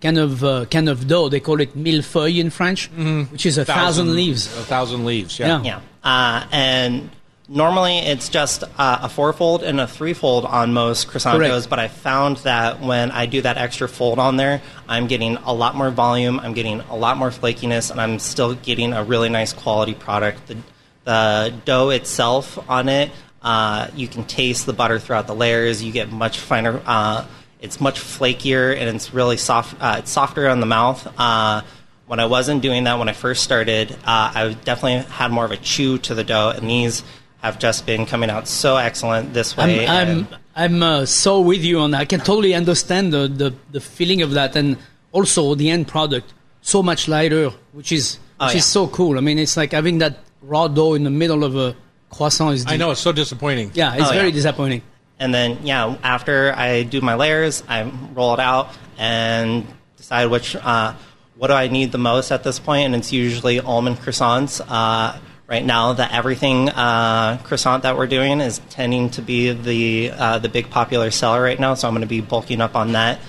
Speaker 2: kind of uh, kind of dough. They call it millefeuille in French, which is a thousand, leaves.
Speaker 1: A thousand leaves.
Speaker 2: Yeah.
Speaker 4: Yeah. Uh, and normally it's just uh, a fourfold and a threefold on most croissant
Speaker 2: Correct.
Speaker 4: doughs, but I found that when I do that extra fold on there, I'm getting a lot more volume, I'm getting a lot more flakiness, and I'm still getting a really nice quality product. The, the dough itself on it, uh, you can taste the butter throughout the layers. You get much finer. Uh, it's much flakier and it's really soft. Uh, it's softer on the mouth. Uh, when I wasn't doing that when I first started, uh, I definitely had more of a chew to the dough, and these have just been coming out so excellent this way.
Speaker 2: I'm
Speaker 4: and-
Speaker 2: I'm, I'm uh, so with you on that. I can totally understand the, the, the feeling of that, and also the end product so much lighter, which is
Speaker 4: Oh,
Speaker 2: which is
Speaker 4: yeah.
Speaker 2: so cool. I mean, it's like having that raw dough in the middle of a croissant is.
Speaker 1: I know, it's so disappointing.
Speaker 2: Yeah, it's
Speaker 4: Oh,
Speaker 2: very
Speaker 4: yeah.
Speaker 2: disappointing.
Speaker 4: And then, yeah, after I do my layers, I roll it out and decide which uh, what do I need the most at this point, and it's usually almond croissants. Uh, right now, the everything uh, croissant that we're doing is tending to be the uh, the big popular seller right now, so I'm going to be bulking up on that.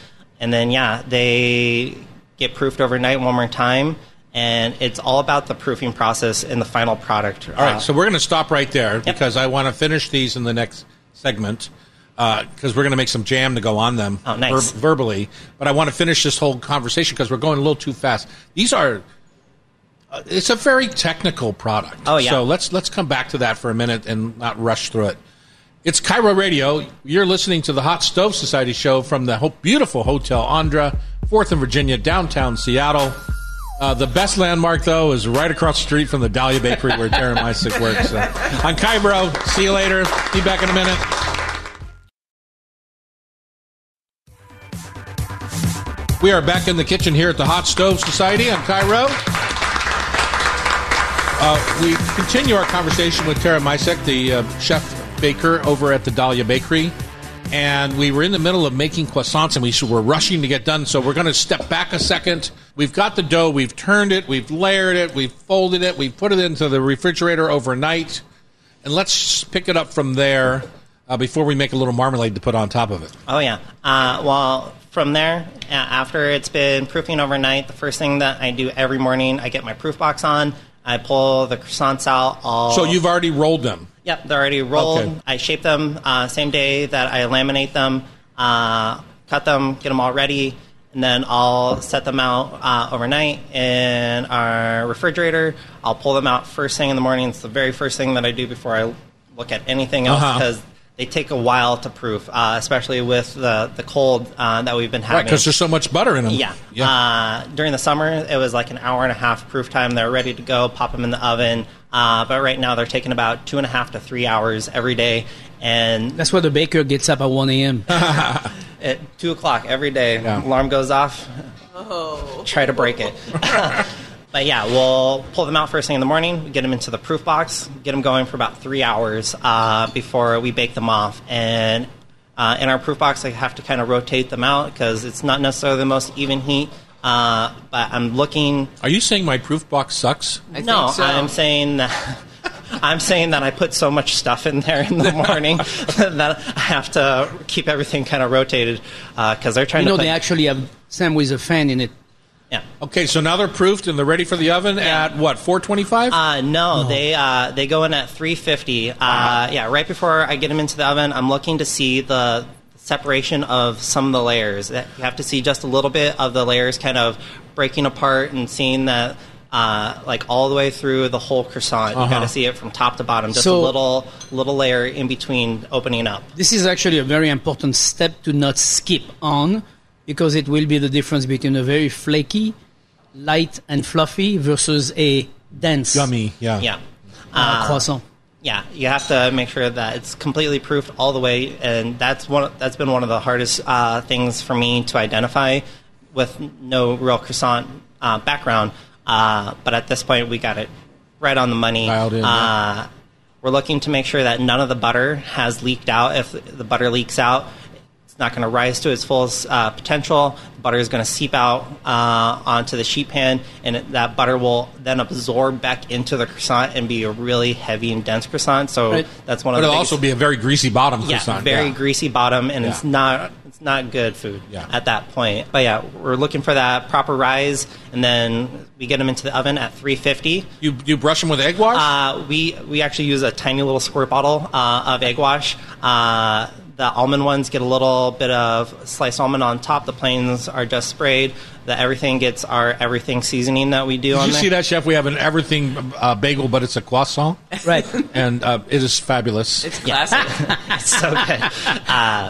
Speaker 4: And then, yeah, they get proofed overnight one more time, and it's all about the proofing process and the final product. Uh,
Speaker 1: All right, so we're going to stop right there because I want to finish these in the next segment because we're going to make some jam to go on them
Speaker 4: Oh, nice.
Speaker 1: verbally. But I want to finish this whole conversation because we're going a little too fast. These are uh, it's a very technical product.
Speaker 4: Oh, yeah.
Speaker 1: So let's let's come back to that for a minute and not rush through it. It's Cairo Radio. You're listening to the Hot Stove Society show from the ho- beautiful Hotel Andra, 4th and Virginia, downtown Seattle. Uh, the best landmark, though, is right across the street from the Dahlia Bakery where Jeremiah Sick works. So. On Cairo, see you later. Be back in a minute. We are back in the kitchen here at the Hot Stove Society on Cairo. Uh, we continue our conversation with Tara Misek, the uh, chef baker over at the Dahlia Bakery. And we were in the middle of making croissants and we s- were rushing to get done. So we're going to step back a second. We've got the dough, we've turned it, we've layered it, we've folded it, we've put it into the refrigerator overnight. And let's pick it up from there uh, before we make a little marmalade to put on top of it.
Speaker 4: Oh yeah. Uh, well, from there, a- after it's been proofing overnight, the first thing that I do every morning, I get my proof box on. I pull the croissants out. All
Speaker 1: So you've already rolled them.
Speaker 4: Yep, they're already rolled.
Speaker 1: Okay.
Speaker 4: I shape them uh, same day that I laminate them, uh, cut them, get them all ready, and then I'll set them out uh, overnight in our refrigerator. I'll pull them out first thing in the morning. It's the very first thing that I do before I look at anything else
Speaker 1: Uh-huh.
Speaker 4: because they take a while to proof, uh, especially with the the cold uh, that we've been having.
Speaker 1: Right, because there's so much butter in them.
Speaker 4: Yeah. Uh, during the summer, it was like an hour and a half proof time. They're ready to go, pop them in the oven. Uh, but right now, they're taking about two and a half to three hours every day. And
Speaker 2: That's why the baker gets up at one a.m.
Speaker 4: at two o'clock every day,
Speaker 1: Yeah.
Speaker 3: Oh.
Speaker 4: alarm goes off. Try to break it. But yeah, we'll pull them out first thing in the morning, get them into the proof box, get them going for about three hours uh, before we bake them off. And uh, in our proof box, I have to kind of rotate them out because it's not necessarily the most even heat. Uh, but I'm looking.
Speaker 1: Are you saying my proof box sucks?
Speaker 3: I
Speaker 4: no,
Speaker 3: think so.
Speaker 4: I'm saying that. I'm saying that I put so much stuff in there in the morning that I have to keep everything kind of rotated because they're trying
Speaker 2: You know,
Speaker 4: to. put-
Speaker 2: they actually have sandwich a fan in it.
Speaker 4: yeah.
Speaker 1: Okay, so now they're proofed and they're ready for the oven at what, 425?
Speaker 4: Uh, no, they uh, they go in at 350. Uh, Yeah, right before I get them into the oven, I'm looking to see the separation of some of the layers. That- You have to see just a little bit of the layers kind of breaking apart and seeing that. Uh, like all the way through the whole croissant, you got to see it from top to bottom. Just
Speaker 2: So-
Speaker 4: a little little layer in between opening up.
Speaker 2: This is actually a very important step to not skip on because it will be the difference between a very flaky, light and fluffy versus a dense
Speaker 1: Gummy, yeah.
Speaker 4: Yeah, Ah.
Speaker 2: uh, croissant.
Speaker 4: yeah. You have to make sure that it's completely proofed all the way, and that's one. That's been one of the hardest uh, things for me to identify with no real croissant uh, background. Uh, but at this point, we got it right on the money.
Speaker 1: Dialed in, yeah.
Speaker 4: Uh, We're looking to make sure that none of the butter has leaked out. If the butter leaks out. It's not going to rise to its full uh, potential. Butter is going to seep out uh, onto the sheet pan, and it, that butter will then absorb back into the croissant and be a really heavy and dense croissant. So
Speaker 2: Right.
Speaker 4: that's one
Speaker 1: But
Speaker 4: of
Speaker 1: it'll
Speaker 4: the
Speaker 1: also
Speaker 4: biggest-
Speaker 1: be a very greasy bottom
Speaker 4: yeah,
Speaker 1: croissant.
Speaker 4: very
Speaker 1: yeah.
Speaker 4: greasy bottom, and it's
Speaker 1: Yeah.
Speaker 4: not it's not good food
Speaker 1: Yeah.
Speaker 4: at that point. But yeah, we're looking for that proper rise, and then we get them into the oven at 350.
Speaker 1: You, you brush them with egg wash?
Speaker 4: Uh, we we actually use a tiny little squirt bottle uh, of egg wash. Uh, the almond ones get a little bit of sliced almond on top. The plains are just sprayed. The everything gets our everything seasoning that we do
Speaker 1: Did
Speaker 4: on
Speaker 1: you
Speaker 4: there.
Speaker 1: see that, Chef? We have an everything uh, bagel, but it's a croissant,
Speaker 2: Right.
Speaker 1: and uh, it is fabulous.
Speaker 3: It's classic.
Speaker 4: It's so good.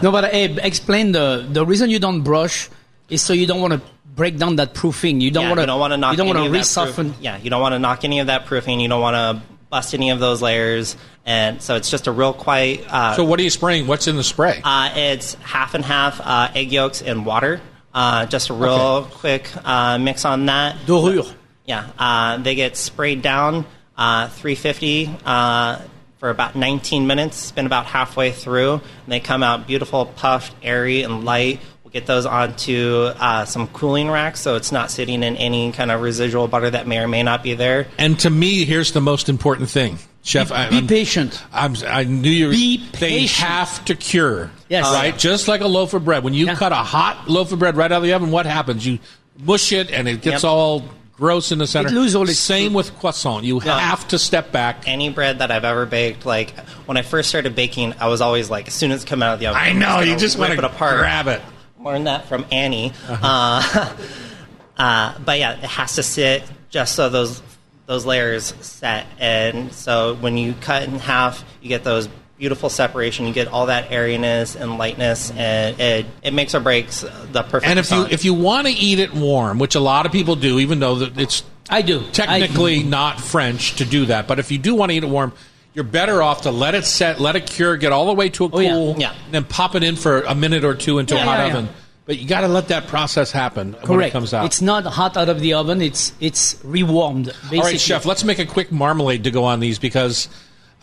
Speaker 2: no, but hey, explain the the reason you don't brush is so you don't want to break down that proofing. You don't
Speaker 4: Yeah,
Speaker 2: want to.
Speaker 4: you don't want to knock
Speaker 2: You don't
Speaker 4: any
Speaker 2: want to
Speaker 4: of that proof-
Speaker 2: resoften.
Speaker 4: yeah you don't want to knock any of that proofing you don't want to bust any of those layers and so it's just a real quiet uh,
Speaker 1: so, what are you spraying? What's in the spray?
Speaker 4: uh, it's half and half uh, egg yolks and water uh, just a real
Speaker 1: Okay.
Speaker 4: quick uh, mix on that
Speaker 2: Dorure.
Speaker 4: yeah uh, they get sprayed down uh, 350 uh, for about 19 minutes it's been about halfway through and they come out beautiful puffed airy and light We'll Get those onto uh, some cooling racks so it's not sitting in any kind of residual butter that may or may not be there.
Speaker 1: and to me, here's the most important thing, Chef. I,
Speaker 2: Be
Speaker 1: I'm-
Speaker 2: patient.
Speaker 1: I'm, I knew you.
Speaker 2: Be
Speaker 1: They
Speaker 2: patient.
Speaker 1: have to cure.
Speaker 2: Yes.
Speaker 1: Right. Just like a loaf of bread. When you
Speaker 2: Yeah.
Speaker 1: cut a hot loaf of bread right out of the oven, what happens? You mush it, and it gets
Speaker 4: Yep.
Speaker 1: all gross in the center.
Speaker 2: It lose all its-
Speaker 1: Same with croissant. You have to step back.
Speaker 4: Any bread that I've ever baked, like when I first started baking, I was always like, as soon as it come out of the oven,
Speaker 1: I
Speaker 4: I'm
Speaker 1: know.
Speaker 4: gonna
Speaker 1: You just
Speaker 4: rip
Speaker 1: want to
Speaker 4: it apart.
Speaker 1: grab it.
Speaker 4: Learned that from Annie.
Speaker 1: Uh-huh.
Speaker 4: Uh, uh, but yeah, it has to sit just so those those layers set. And so when you cut in half, you get those beautiful separation. You get all that airiness and lightness, and it, it makes or breaks the perfect.
Speaker 1: And if you
Speaker 4: croissant.
Speaker 1: if you want to eat it warm, which a lot of people do, even though that it's
Speaker 2: I do.
Speaker 1: technically
Speaker 2: I,
Speaker 1: not French to do that. But if you do want to eat it warm, you're better off to let it set, let it cure, get all the way to a cool,
Speaker 2: Oh, yeah.
Speaker 4: Yeah.
Speaker 1: and then pop it in for a minute or two into a
Speaker 2: Yeah,
Speaker 1: hot
Speaker 2: yeah, yeah.
Speaker 1: oven. But you got to let that process happen when
Speaker 2: correct.
Speaker 1: it comes out.
Speaker 2: It's not hot out of the oven. It's it's rewarmed. Basically.
Speaker 1: all right, chef, let's make a quick marmalade to go on these because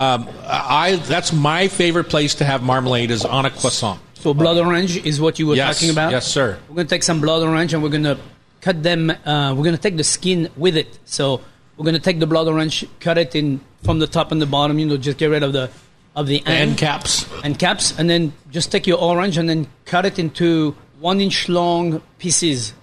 Speaker 1: um, I that's my favorite place to have marmalade is on a croissant.
Speaker 2: So blood orange is what you were
Speaker 1: Yes,
Speaker 2: talking about.
Speaker 1: yes, sir.
Speaker 2: We're gonna take some blood orange and we're gonna cut them. Uh, we're gonna take the skin with it. So we're gonna take the blood orange, cut it in from the top and the bottom. You know, just get rid of the of the
Speaker 1: End
Speaker 2: end,
Speaker 1: caps.
Speaker 2: and caps, and then just take your orange and then cut it into one inch long pieces.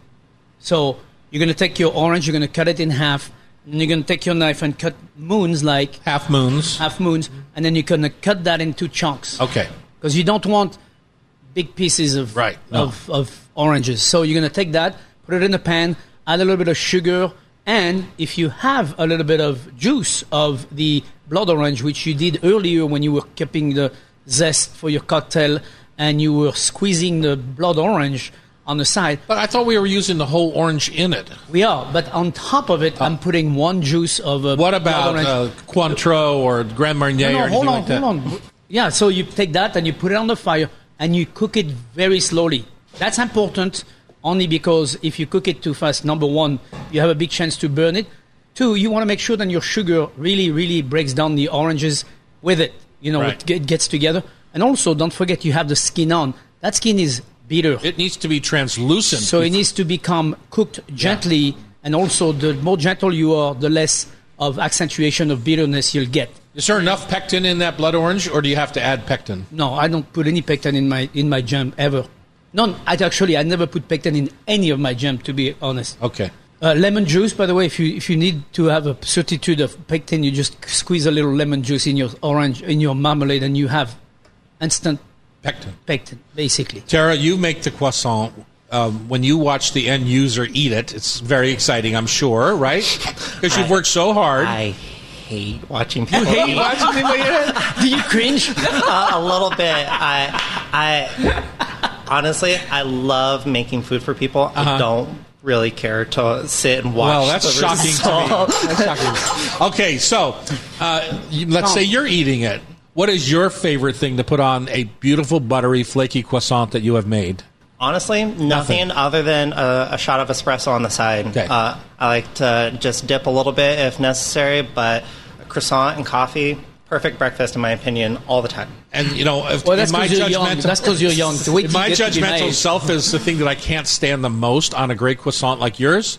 Speaker 2: So you're gonna take your orange, you're gonna cut it in half, and you're gonna take your knife and cut moons like
Speaker 1: Half moons.
Speaker 2: half moons, and then you're gonna cut that into chunks
Speaker 1: Okay.
Speaker 2: because you don't want big pieces of
Speaker 1: Right, no.
Speaker 2: of, of oranges. So you're gonna take that, put it in a pan, add a little bit of sugar, and if you have a little bit of juice of the blood orange, which you did earlier when you were keeping the zest for your cocktail and you were squeezing the blood orange on the side,
Speaker 1: But I thought we were using the whole orange in it.
Speaker 2: we are. But on top of it, I'm putting one juice of a
Speaker 1: Ah. What
Speaker 2: blood
Speaker 1: about
Speaker 2: orange.
Speaker 1: uh, Cointreau or Grand Marnier or
Speaker 2: No, no,
Speaker 1: anything
Speaker 2: hold on,
Speaker 1: like that?
Speaker 2: hold on. Yeah, so you take that and you put it on the fire and you cook it very slowly. That's important only because if you cook it too fast, number one, you have a big chance to burn it. Two, you want to make sure that your sugar really, really breaks down the oranges with it. You know,
Speaker 1: Right.
Speaker 2: it get- gets together. And also, don't forget you have the skin on. That skin is bitter.
Speaker 1: It needs to be translucent.
Speaker 2: So it needs to become cooked gently, and also the more gentle you are, the less of accentuation of bitterness you'll get.
Speaker 1: Is there enough pectin in that blood orange, or do you have to add pectin?
Speaker 2: No, I don't put any pectin in my in my jam ever. None. I actually I never put pectin in any of my jam to be honest.
Speaker 1: Okay.
Speaker 2: Uh, lemon juice, by the way, if you if you need to have a certitude of pectin, you just squeeze a little lemon juice in your orange in your marmalade, and you have instant
Speaker 1: Pectin.
Speaker 2: pectin, basically.
Speaker 1: Tara, you make the croissant. Um, when you watch the end user eat it, it's very exciting, I'm sure, right? Because you've
Speaker 4: I-
Speaker 1: worked so hard.
Speaker 4: I hate watching people.
Speaker 1: Hey,
Speaker 4: eat.
Speaker 1: watching people eat it?
Speaker 2: Do you cringe?
Speaker 4: uh, a little bit. I, I honestly, I love making food for people. I don't really care to sit and watch.
Speaker 1: Uh-huh. Well, that's
Speaker 4: the
Speaker 1: shocking
Speaker 4: result.
Speaker 1: to me. That's shocking. Okay, so uh, you, let's say you're eating it. What is your favorite thing to put on a beautiful, buttery, flaky croissant that you have made?
Speaker 4: Honestly, nothing,
Speaker 1: Nothing.
Speaker 4: other than a, a shot of espresso on the side.
Speaker 1: Okay.
Speaker 4: Uh, I like to just dip a little bit if necessary, but a croissant and coffee, perfect breakfast in my opinion, all the time.
Speaker 1: And you know, if,
Speaker 2: Well,
Speaker 1: in
Speaker 2: that's
Speaker 1: my
Speaker 2: 'cause you're young.
Speaker 1: judgmental,
Speaker 2: That's 'cause you're young. To wait
Speaker 1: in
Speaker 2: till
Speaker 1: my
Speaker 2: you get to be
Speaker 1: judgmental
Speaker 2: nice.
Speaker 1: self is the thing that I can't stand the most on a great croissant like yours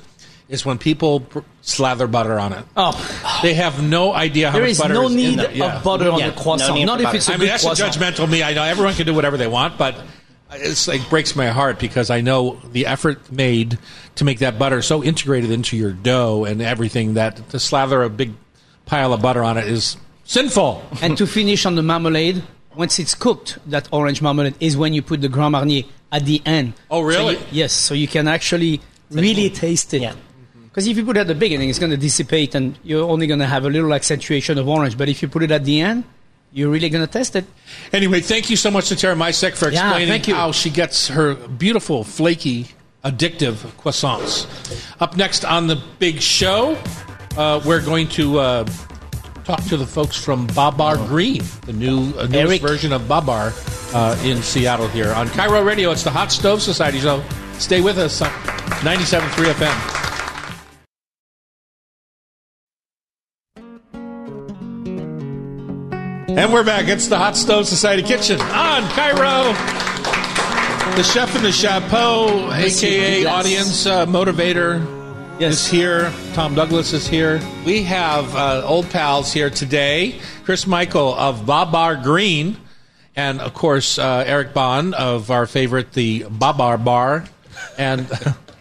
Speaker 1: is when people pr- slather butter on it.
Speaker 2: Oh,
Speaker 1: They have no idea how
Speaker 2: there
Speaker 1: much
Speaker 2: is
Speaker 1: butter
Speaker 2: no
Speaker 1: is in
Speaker 2: need
Speaker 1: there. Yeah.
Speaker 2: of butter on
Speaker 4: Yeah,
Speaker 2: the croissant.
Speaker 4: no need
Speaker 2: Not
Speaker 4: for
Speaker 2: if it's a
Speaker 1: I
Speaker 4: butter.
Speaker 2: good
Speaker 1: mean, that's
Speaker 2: croissant.
Speaker 1: a judgmental me. I know everyone can do whatever they want, but it's like breaks my heart because I know the effort made to make that butter so integrated into your dough and everything that to slather a big pile of butter on it is sinful.
Speaker 2: And to finish on the marmalade, once it's cooked, that orange marmalade is when you put the Grand Marnier at the end.
Speaker 1: Oh, really?
Speaker 2: So you- yes. So you can actually really taste it.
Speaker 4: Yeah.
Speaker 2: Because if you put it at the beginning, it's going to dissipate, and you're only going to have a little accentuation of orange. But if you put it at the end, you're really going to taste it.
Speaker 1: Anyway, thank you so much to Tara Mysek for
Speaker 2: Yeah,
Speaker 1: explaining
Speaker 2: thank you.
Speaker 1: how she gets her beautiful, flaky, addictive croissants. Up next on the big show, uh, we're going to uh, talk to the folks from Babar Green, the new uh, newest
Speaker 2: Eric.
Speaker 1: version of Babar uh, in Seattle here on Cairo Radio. It's the Hot Stove Society, so stay with us on 97.3 FM. And we're back. It's the Hot Stove Society Kitchen on Cairo. The chef in the chapeau, aka
Speaker 2: Yes.
Speaker 1: audience uh, motivator, is here. Tom Douglas is here. We have uh, old pals here today. Chris Michael of Babar Green, and of course uh, Eric Bond of our favorite the Babar Bar, and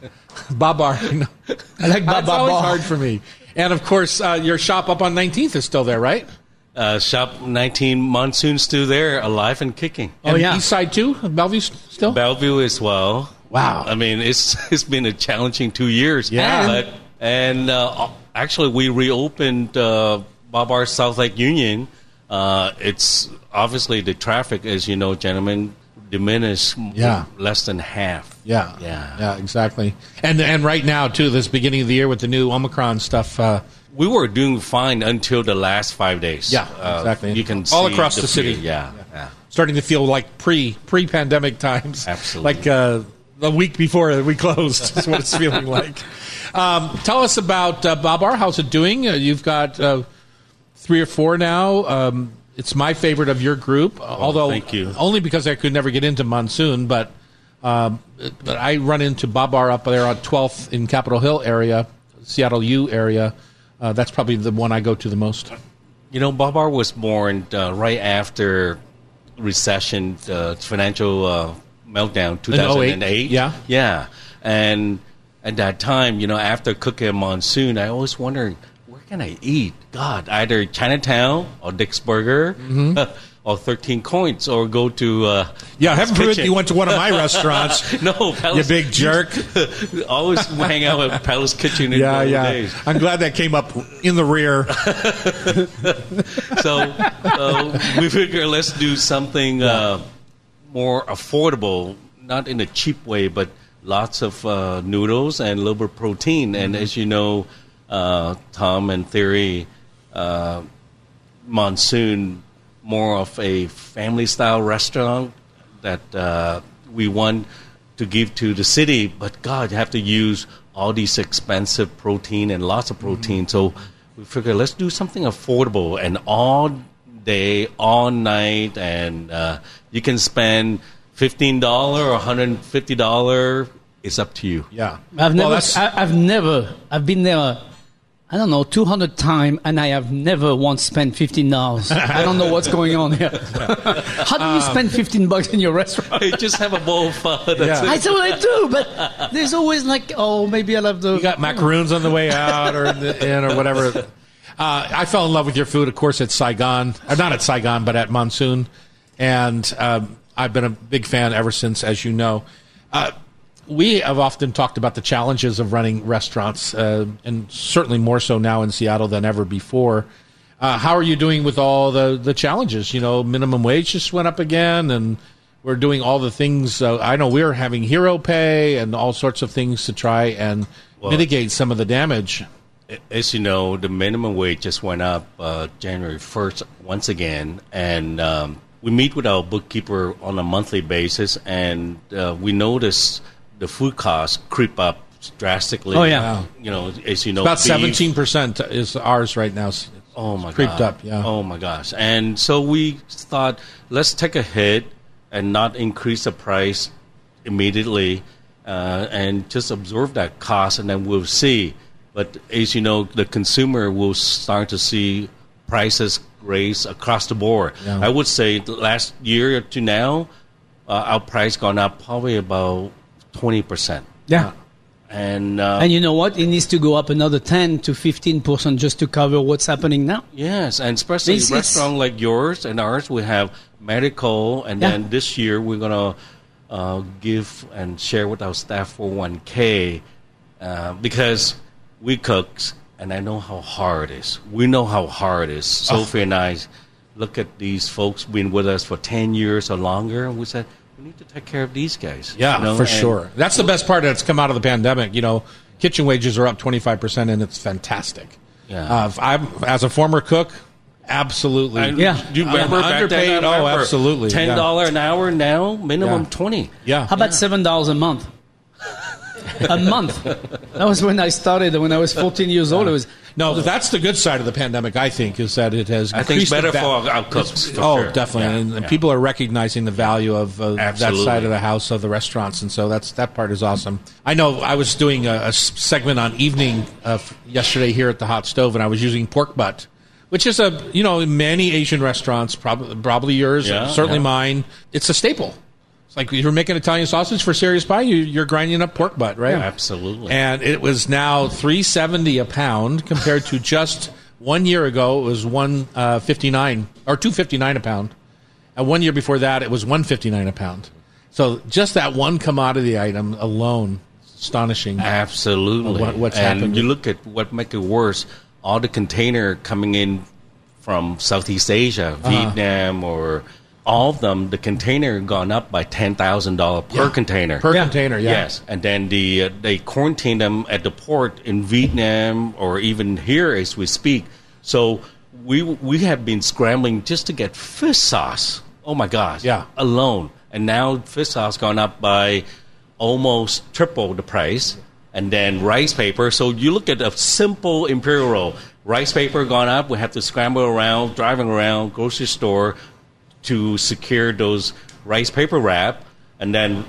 Speaker 1: Babar. I like Babar. It's always
Speaker 2: Bar.
Speaker 1: hard for me. And of course, uh, your shop up on 19th is still there, right?
Speaker 5: Uh, shop 19 Monsoon Stew there, alive and kicking.
Speaker 2: Oh,
Speaker 1: And
Speaker 2: yeah.
Speaker 1: East Side too, of Bellevue s- still.
Speaker 5: Bellevue as well.
Speaker 1: Wow.
Speaker 5: I mean, it's it's been a challenging two years.
Speaker 1: Yeah.
Speaker 5: But, and uh, actually, we reopened uh, Babar South Lake Union. Uh, it's obviously the traffic, as you know, gentlemen, diminished m-
Speaker 1: Yeah.
Speaker 5: less than half.
Speaker 1: yeah,
Speaker 5: Yeah.
Speaker 1: yeah, exactly. And and right now too, this beginning of the year with the new Omicron stuff. Uh,
Speaker 5: We were doing fine until the last five days.
Speaker 1: Yeah,
Speaker 5: Uh,
Speaker 1: exactly.
Speaker 5: You can
Speaker 1: All
Speaker 5: see
Speaker 1: across the city.
Speaker 5: fear. Yeah, yeah.
Speaker 1: starting to feel like pre pre pandemic times.
Speaker 5: Absolutely.
Speaker 1: Like uh, the week before we closed is what it's feeling like. Um, tell us about uh, Babar. How's it doing? Uh, you've got uh, three or four now. Um, it's my favorite of your group, uh, although
Speaker 5: Oh, thank you.
Speaker 1: only because I could never get into Monsoon, but. Um, but I run into Babar up there on 12th in Capitol Hill area, Seattle U area. Uh, that's probably the one I go to the most.
Speaker 5: You know, Babar was born uh, right after recession, uh, financial uh, meltdown, 2008.
Speaker 1: yeah.
Speaker 5: Yeah. And at that time, you know, after cooking monsoon, I always wondered, where can I eat? God, either Chinatown or Dick's Burger or 13 Coins or go to. Uh,
Speaker 1: Mm-hmm. Yeah, heaven forbid
Speaker 5: Kitchen.
Speaker 1: you went to one of my restaurants.
Speaker 5: no,
Speaker 1: You
Speaker 5: Palace.
Speaker 1: big jerk.
Speaker 5: always hang out at Palace Kitchen in
Speaker 1: Yeah,
Speaker 5: the old
Speaker 1: yeah.
Speaker 5: days.
Speaker 1: I'm glad that came up in the rear.
Speaker 5: so uh, we figure let's do something uh, more affordable, not in a cheap way, but lots of uh, noodles and a little bit of protein. And as you know, uh, Tom and Theory, uh, Monsoon, more of a family style restaurant that uh, we want to give to the city. But God, you have to use all these expensive protein and lots
Speaker 1: Mm-hmm.
Speaker 5: of protein. So we figure let's do something affordable and all day, all night, and uh, you can spend fifteen dollar or hundred and fifty dollar. It's up to you.
Speaker 1: Yeah.
Speaker 2: I've
Speaker 1: Well,
Speaker 2: never,
Speaker 1: that's-
Speaker 2: I, I've never, I've been there. I don't know, 200 time, and I have never once spent 15 dollars. I don't know what's going on here. How do you spend 15 bucks in your restaurant?
Speaker 5: Hey, just have a bowl of pho. That's
Speaker 1: Yeah.
Speaker 5: it.
Speaker 2: I said what I do, but there's always like, oh, maybe I'll have the.
Speaker 1: You got macaroons on the way out or in, the, in or whatever. Uh, I fell in love with your food, of course, at Saigon. Uh, Not at Saigon, but at Monsoon. And um, I've been a big fan ever since, as you know. Uh, we have often talked about the challenges of running restaurants, uh, and certainly more so now in Seattle than ever before. Uh, how are you doing with all the, the challenges? You know, minimum wage just went up again, and we're doing all the things. Uh, I know we're having hero pay and all sorts of things to try and mitigate some of the damage.
Speaker 5: As you know, the minimum wage just went up uh, January 1st once again, and um, we meet with our bookkeeper on a monthly basis, and uh, we notice the food costs creep up drastically.
Speaker 2: Oh, yeah. Wow.
Speaker 5: you know, as you know,
Speaker 1: About
Speaker 5: beef-
Speaker 1: seventeen percent is ours right now.
Speaker 5: Oh my
Speaker 1: creeped
Speaker 5: god.
Speaker 1: up, yeah.
Speaker 5: Oh my gosh. And so we thought let's take a hit and not increase the price immediately uh, and just observe that cost and then we'll see. But as you know, the consumer will start to see prices raise across the board.
Speaker 1: Yeah.
Speaker 5: I would say the last year to now, uh, our price gone up probably about 20%.
Speaker 2: yeah.
Speaker 5: And, uh,
Speaker 2: And you know what? It needs to go up another 10 to 15% just to cover what's happening now.
Speaker 5: Yes, and especially
Speaker 2: This is-
Speaker 5: restaurant like yours and ours, we have medical, and
Speaker 2: Yeah.
Speaker 5: then this year we're gonna uh, give and share with our staff for one k uh, because we cooks, and I know how hard it is. We know how hard it is.
Speaker 1: Oh.
Speaker 5: Sophie and I look at these folks been with us for ten years or longer, and we said we need to take care of these guys.
Speaker 1: Yeah,
Speaker 5: you know,
Speaker 1: for
Speaker 5: and-
Speaker 1: sure. That's the best part that's come out of the pandemic. You know, kitchen wages are up 25%, and it's fantastic.
Speaker 5: Yeah.
Speaker 1: Uh, I'm, as a former cook, absolutely.
Speaker 5: And
Speaker 2: Yeah.
Speaker 5: you remember back
Speaker 1: underpaid.
Speaker 5: then? I
Speaker 1: Oh,
Speaker 5: remember
Speaker 1: absolutely, yeah.
Speaker 5: Ten dollar an hour now, minimum
Speaker 1: Yeah.
Speaker 5: twenty.
Speaker 1: yeah.
Speaker 2: How about seven dollars a month? a month. That was when I started. When I was 14 years old, it was
Speaker 1: No, that's the good side of the pandemic, I think, is that it has.
Speaker 5: I think
Speaker 1: increased
Speaker 5: it's
Speaker 1: the
Speaker 5: better
Speaker 1: va-
Speaker 5: for our cooks. for
Speaker 1: oh,
Speaker 5: sure.
Speaker 1: definitely,
Speaker 5: Yeah,
Speaker 1: and, and
Speaker 5: yeah.
Speaker 1: people are recognizing the value of uh, that
Speaker 5: Absolutely.
Speaker 1: side of the house of the restaurants, and so that's that part is awesome. I know I was doing a, a s- segment on evening uh, f- yesterday here at the hot stove, and I was using pork butt, which is a you know in many Asian restaurants, probably probably yours,
Speaker 5: Yeah,
Speaker 1: certainly
Speaker 5: yeah.
Speaker 1: mine. It's a staple. It's like if you're making Italian sausage for serious pie, you, you're grinding up pork butt, right?
Speaker 5: Absolutely.
Speaker 1: And it was now three seventy a pound compared to just one year ago. It was one uh, fifty nine or two fifty nine a pound. And one year before that, it was one fifty nine a pound. So just that one commodity item alone, is astonishing.
Speaker 5: Absolutely.
Speaker 1: What- what's
Speaker 5: and
Speaker 1: happened.
Speaker 5: you look at what make it worse, all the container coming in from Southeast Asia,
Speaker 1: Uh-huh.
Speaker 5: Vietnam or all of them, the container gone up by ten thousand dollar per container.
Speaker 1: Per container, yeah.
Speaker 5: Yes, and then the uh, they quarantine them at the port in Vietnam or even here as we speak. So we we have been scrambling just to get fish sauce. Oh my gosh!
Speaker 1: Yeah.
Speaker 5: alone, and now fish sauce gone up by almost triple the price, and then rice paper. So you look at a simple imperial roll. Rice paper gone up. We have to scramble around, driving around grocery store to secure those rice paper wrap, and then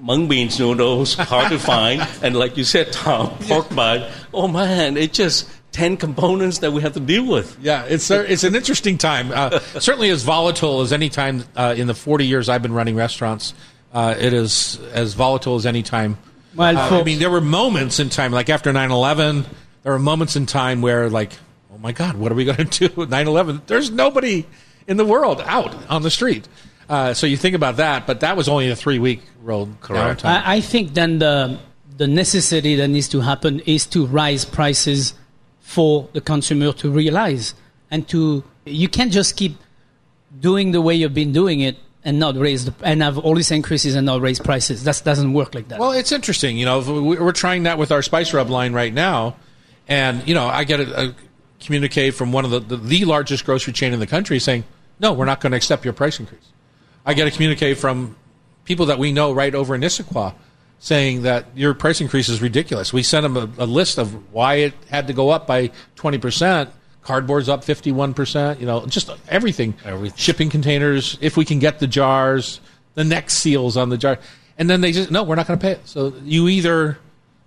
Speaker 5: mung beans noodles hard to find, and like you said, Tom, pork butt. Oh man, it's just ten components that we have to deal with.
Speaker 1: Yeah, it's uh, it's an interesting time. Uh, certainly as volatile as any time uh, in the 40 years I've been running restaurants. Uh, it is as volatile as any time.
Speaker 2: Well,
Speaker 1: Uh, I
Speaker 2: folks-
Speaker 1: mean, there were moments in time, like after 9 11, there were moments in time where, like, oh my God, what are we going to do with 9 11? There's nobody in the world out on the street. Uh, so you think about that, but that was only a three week roll.
Speaker 5: Correct.
Speaker 1: downtime.
Speaker 2: I, I think then the the necessity that needs to happen is to raise prices for the consumer to realize and to you can't just keep doing the way you've been doing it and not raise the, and have all these increases and not raise prices. That doesn't work like that.
Speaker 1: Well, it's interesting. You know, if we- we're trying that with our spice rub line right now, and you know, I get a, a communique from one of the, the the largest grocery chain in the country saying, "No, we're not going to accept your price increase." I get a communique from people that we know right over in Issaquah saying that your price increase is ridiculous. We sent them a, a list of why it had to go up by 20%. Cardboard's up 51%, you know, just everything.
Speaker 5: Everything.
Speaker 1: Shipping containers, if we can get the jars, the neck seals on the jar. And then they just, no, we're not going to pay it. So you either,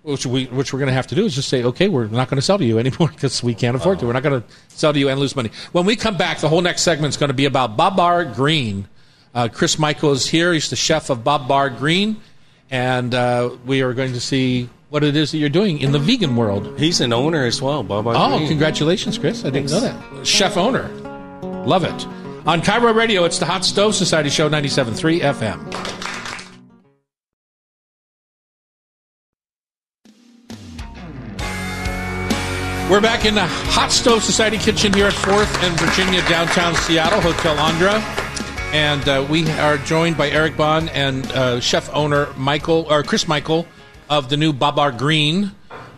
Speaker 1: which, we, which we're going to have to do, is just say, okay, we're not going to sell to you anymore because we can't afford to. We're not going to sell to you and lose money. When we come back, the whole next segment's going to be about Babar Green. Uh, Chris Michael is here. He's the chef of Bob Bar Green, and uh, we are going to see what it is that you're doing in the vegan world.
Speaker 5: He's an owner as well, Bob.
Speaker 1: Oh,
Speaker 5: Green.
Speaker 1: congratulations, Chris! I didn't know that. Chef owner, love it. On Cairo Radio, it's the Hot Stove Society Show, 97.3 FM. We're back in the Hot Stove Society kitchen here at 4th and Virginia, downtown Seattle, Hotel Andra. And uh, we are joined by Eric Bond and uh, chef owner Michael, or Chris Michael, of the new Babar Green.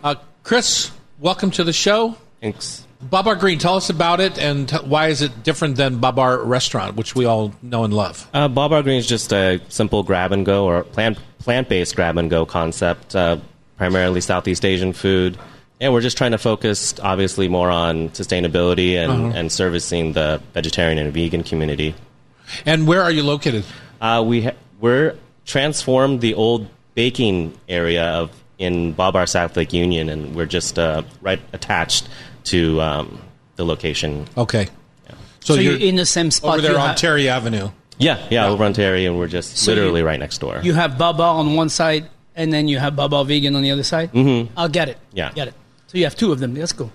Speaker 1: Uh, Chris, welcome to the show.
Speaker 4: Thanks.
Speaker 1: Babar Green, tell us about it and t- why is it different than Babar Restaurant, which we all know and love.
Speaker 6: Uh, Bob Bar Green is just a simple grab and go or plant plant based grab and go concept, uh, primarily Southeast Asian food. And we're just trying to focus, obviously, more on sustainability and,
Speaker 2: Uh-huh.
Speaker 6: and servicing the vegetarian and vegan community.
Speaker 1: And where are you located?
Speaker 6: Uh, we ha- we're transformed the old baking area of in Babar South Lake Union, and we're just uh, right attached to um, the location.
Speaker 1: Okay.
Speaker 2: So, you're, in the same spot.
Speaker 1: over there
Speaker 2: you,
Speaker 1: on
Speaker 2: ha-
Speaker 1: Terry Avenue.
Speaker 6: Yeah, yeah, over on Terry, and we're just
Speaker 2: So you-
Speaker 6: literally right next door.
Speaker 2: you have Baba on one side, and then you have Baba Vegan on the other side. Mm-hmm. I'll get it.
Speaker 6: Yeah.
Speaker 2: Get it. So you have two of them. Let's go.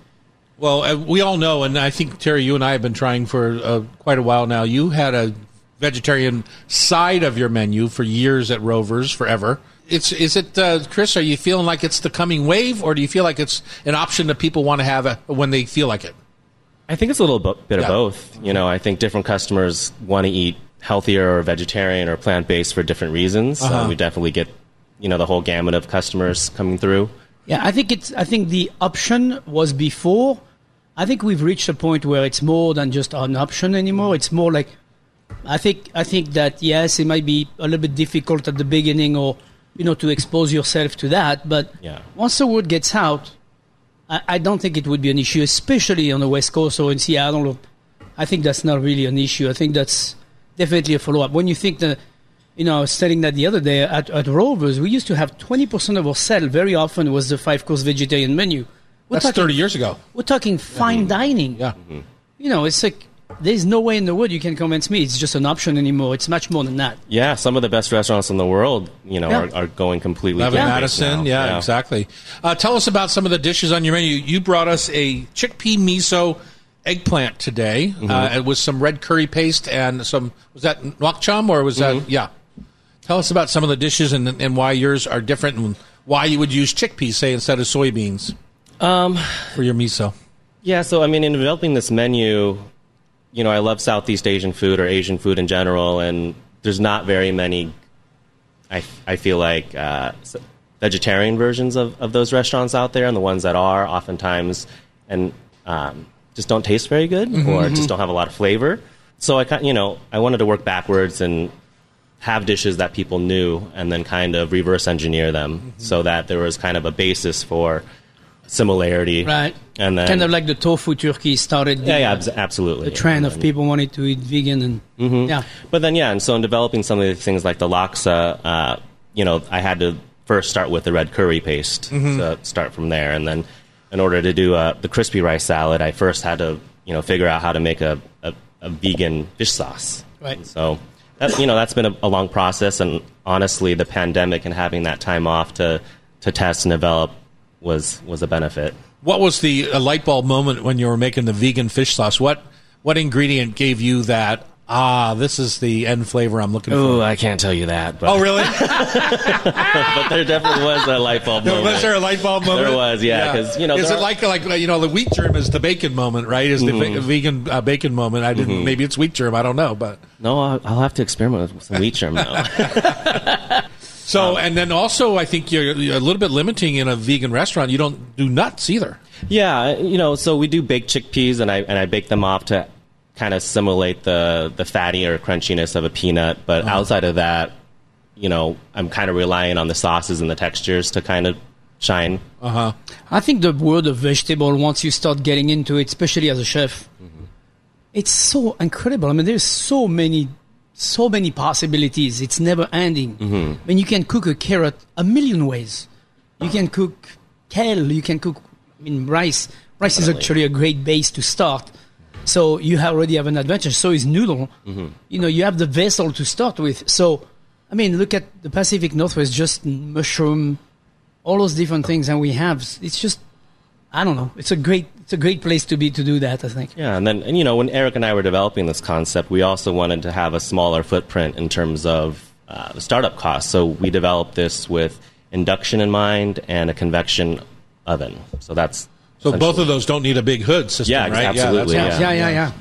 Speaker 1: Well, uh, we all know, and I think Terry, you and I have been trying for uh, quite a while now. You had a vegetarian side of your menu for years at Rovers, forever. It's is it, uh, Chris? Are you feeling like it's the coming wave, or do you feel like it's an option that people want to have uh when they feel like it?
Speaker 6: I think it's a little bo- bit
Speaker 1: Yeah.
Speaker 6: of both. You know, I think different customers want to eat healthier or vegetarian or plant based for different reasons. So we definitely get, you know, the whole gamut of customers coming through.
Speaker 2: Yeah, I think it's. I think the option was before. I think we've reached a point where it's more than just an option anymore. It's more like, I think. I think that yes, it might be a little bit difficult at the beginning, or you know, to expose yourself to that. But
Speaker 6: Yeah.
Speaker 2: once the word gets out, I, I don't think it would be an issue, especially on the West Coast or in Seattle. Or, I think that's not really an issue. I think that's definitely a follow up. When you think that, you know, I was studying that the other day at, at Rovers, we used to have 20% of our sale very often was the five course vegetarian menu. We're
Speaker 1: That's
Speaker 2: talking,
Speaker 1: thirty years ago.
Speaker 2: We're talking fine dining.
Speaker 1: Yeah.
Speaker 2: You know, it's like there's no way in the world you can convince me it's just an option anymore. It's much more than that.
Speaker 6: Yeah, some of the best restaurants in the world, you know,
Speaker 2: Yeah.
Speaker 6: are, are going completely.
Speaker 1: Levin
Speaker 6: plant-based
Speaker 1: Madison,
Speaker 6: now.
Speaker 1: yeah, exactly. Uh, tell us about some of the dishes on your menu. You brought us a chickpea miso eggplant today uh, and with some red curry paste and some was that nok cham or was that yeah? Tell us about some of the dishes and and why yours are different and why you would use chickpeas say instead of soybeans um, for your miso.
Speaker 6: Yeah, so I mean, in developing this menu, you know, I love Southeast Asian food or Asian food in general, and there's not very many. I I feel like uh, s- vegetarian versions of of those restaurants out there, and the ones that are oftentimes and um, just don't taste very good
Speaker 2: Mm-hmm,
Speaker 6: or just don't have a lot of flavor. So I kind, you know, I wanted to work backwards and have dishes that people knew, and then kind of reverse engineer them
Speaker 2: Mm-hmm.
Speaker 6: so that there was kind of a basis for similarity,
Speaker 2: Right.
Speaker 6: And then
Speaker 2: kind of like the tofu turkey started the,
Speaker 6: yeah, yeah, abs- absolutely.
Speaker 2: the trend of
Speaker 6: And- Mm-hmm.
Speaker 2: people wanting to eat vegan and yeah.
Speaker 6: But then, yeah, and so in developing some of the things like the laksa, uh, you know, I had to first start with the red curry paste to start from there, and then in order to do uh, the crispy rice salad, I first had to you know figure out how to make a a, a vegan fish sauce.
Speaker 2: Right.
Speaker 6: And so. That, you know that's been a, a long process, and honestly, the pandemic and having that time off to to test and develop was was a benefit.
Speaker 1: What was the uh, light bulb moment when you were making the vegan fish sauce? What what ingredient gave you that? Ah, this is the end flavor I'm looking for.
Speaker 6: I can't tell you that, but,
Speaker 1: Oh, really?
Speaker 6: but there definitely was a light bulb moment.
Speaker 1: Was there a light bulb moment?
Speaker 6: There was, yeah, 'cause, you know,
Speaker 1: is
Speaker 6: there
Speaker 1: it
Speaker 6: are- Mm-hmm.
Speaker 1: like like uh, you know the wheat germ is the bacon moment, right? Is the ve- vegan uh, bacon moment? I didn't. Maybe it's wheat germ. I don't know, but
Speaker 6: No, I'll, I'll have to experiment with some wheat germ now.
Speaker 1: so
Speaker 6: Um,
Speaker 1: and then also I think you're, you're a little bit limiting in a vegan restaurant. You don't do nuts either.
Speaker 6: yeah, you know, so we do bake chickpeas, and I and I bake them off to
Speaker 1: Uh-huh.
Speaker 6: kind of simulate the the fatty or crunchiness of a peanut. But outside of that, you know, I'm kind of relying on the sauces and the textures to kind of shine.
Speaker 1: Uh-huh.
Speaker 2: I think the word of vegetable, once you start getting into it, especially as a chef, it's so incredible. I mean, there's so many, so many possibilities. It's never ending. I mean, you can cook a carrot a million ways. You can cook kale. You can cook, I mean, rice. Rice is actually a great base to start. So you have- already have an advantage. So is noodle. You know, you have the vessel to start with. So, I mean, look at the Pacific Northwest, just mushroom, all those different things that we have. It's just, I don't know. It's a great, it's a great place to be to do that. I think.
Speaker 6: Yeah, and then and you know when Eric and I were developing this concept, we also wanted to have a smaller footprint in terms of uh, startup costs. So we developed this with induction in mind and a convection oven. So that's
Speaker 1: So both
Speaker 6: essentially-
Speaker 1: of those don't need a big hood system,
Speaker 6: Yeah,
Speaker 1: right?
Speaker 6: absolutely,
Speaker 1: that's awesome.
Speaker 2: Yeah, yeah, yeah.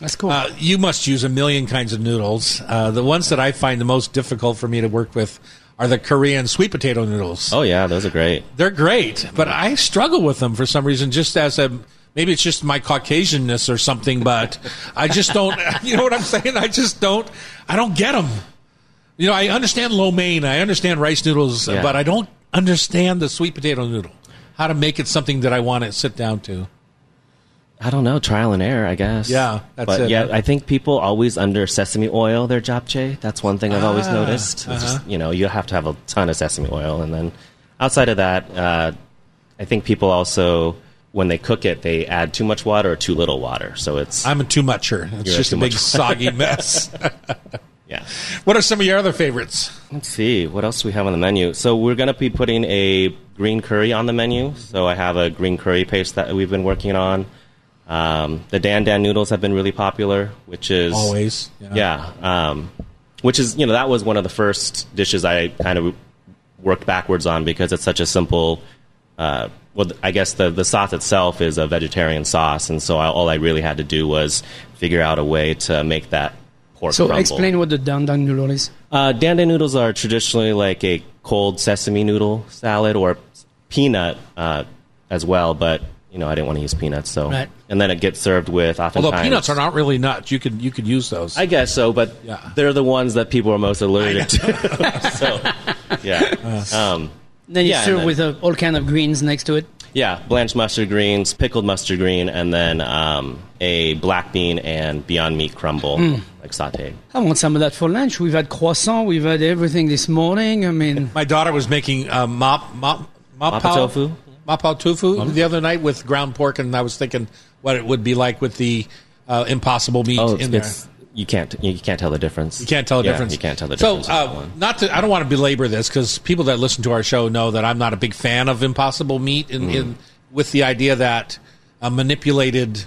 Speaker 2: That's cool.
Speaker 1: Uh, you must use a million kinds of noodles. Uh, the ones that I find the most difficult for me to work with are the Korean sweet potato noodles.
Speaker 6: Oh yeah, those are great.
Speaker 1: They're great, but I struggle with them for some reason. Just as a maybe it's just my Caucasianness or something, but I just don't. You know what I'm saying? I just don't. I don't get them. You know, I understand lo mein, I understand rice noodles,
Speaker 6: Yeah.
Speaker 1: but I don't understand the sweet potato noodle. How to make it something that I want to sit down to.
Speaker 6: I don't know, trial and error, I guess.
Speaker 1: Yeah, that's
Speaker 6: but
Speaker 1: it.
Speaker 6: yeah, I think people always under sesame oil their japchae. That's one thing I've always
Speaker 1: Ah,
Speaker 6: noticed. It's just, you know, you have to have a ton of sesame oil, and then outside of that, uh, I think people also when they cook it, they add too much water or too little water. So it's
Speaker 1: I'm a too mucher. It's
Speaker 6: You're a
Speaker 1: just a
Speaker 6: too
Speaker 1: big
Speaker 6: mucher.
Speaker 1: soggy mess.
Speaker 6: yeah.
Speaker 1: what are some of your other favorites?
Speaker 6: Let's see what else we have on the menu. So we're gonna be putting a green curry on the menu. So I have a green curry paste that we've been working on. Um, the dan dan noodles have been really popular, which is
Speaker 1: Always. Yeah.
Speaker 6: Yeah. Um, which is, you know, that was one of the first dishes I kind of worked backwards on because it's such a simple. Uh, well, th- I guess the, the sauce itself is a vegetarian sauce, and so I, all I really had to do was figure out a way to make that pork
Speaker 2: so
Speaker 6: crumble.
Speaker 2: explain what the dandang noodle is.
Speaker 6: Uh, dandan noodles are traditionally like a cold sesame noodle salad or peanut uh, as well, but you know I didn't want to use peanuts, so
Speaker 2: Right.
Speaker 6: and then it gets served with oftentimes
Speaker 1: Although peanuts are not really nuts, you could you could use those.
Speaker 6: I guess so, but
Speaker 1: Yeah.
Speaker 6: they're the ones that people are most allergic to. so, yeah, um,
Speaker 2: Then you
Speaker 6: Yeah,
Speaker 2: serve
Speaker 6: and
Speaker 2: with uh, all kind of greens next to it.
Speaker 6: yeah, blanched mustard greens, pickled mustard green, and then um, a black bean and Beyond Meat crumble,
Speaker 1: Hmm.
Speaker 6: like sautéed.
Speaker 2: I want some of that for lunch. We've had croissant. We've had everything this morning. I mean,
Speaker 1: My daughter was making uh, mop mop mop
Speaker 6: Mapo tofu?
Speaker 1: mopao tofu the other night with ground pork, and I was thinking what it would be like with the uh, impossible meat
Speaker 6: Oh,
Speaker 1: in there.
Speaker 6: it's, you can't you can't tell the difference.
Speaker 1: You can't tell the
Speaker 6: Yeah,
Speaker 1: difference.
Speaker 6: You can't tell the
Speaker 1: so,
Speaker 6: difference. on that
Speaker 1: uh,
Speaker 6: one.
Speaker 1: not to, I don't want to belabor this because people that listen to our show know that I'm not a big fan of impossible meat, in,
Speaker 6: Mm-hmm.
Speaker 1: in, with the idea that a manipulated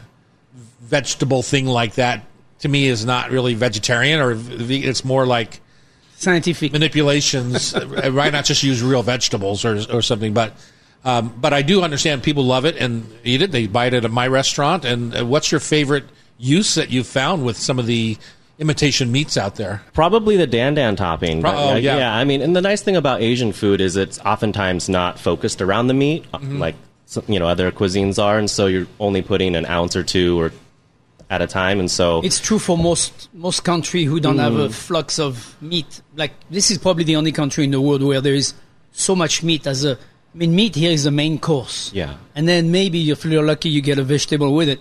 Speaker 1: vegetable thing like that to me is not really vegetarian, or v- it's more like
Speaker 2: scientific.
Speaker 1: manipulations. uh, Why not just use real vegetables or or something? But um, but I do understand people love it and eat it. They buy it at my restaurant. And uh, what's your favorite use that you found with some of the imitation meats out there?
Speaker 6: Probably the dandan topping.
Speaker 1: Pro-
Speaker 6: but,
Speaker 1: oh,
Speaker 6: like,
Speaker 1: yeah.
Speaker 6: I mean, and the nice thing about Asian food is it's oftentimes not focused around the meat, uh,
Speaker 1: Mm-hmm.
Speaker 6: like so- you know other cuisines are, and so you're only putting an ounce or two or at a time, and so
Speaker 2: It's true for most most country who don't
Speaker 6: Mm.
Speaker 2: have a flux of meat. Like this is probably the only country in the world where there is so much meat as a. I mean, meat here is the main course.
Speaker 6: Yeah.
Speaker 2: And then maybe if you're lucky, you get a vegetable with it.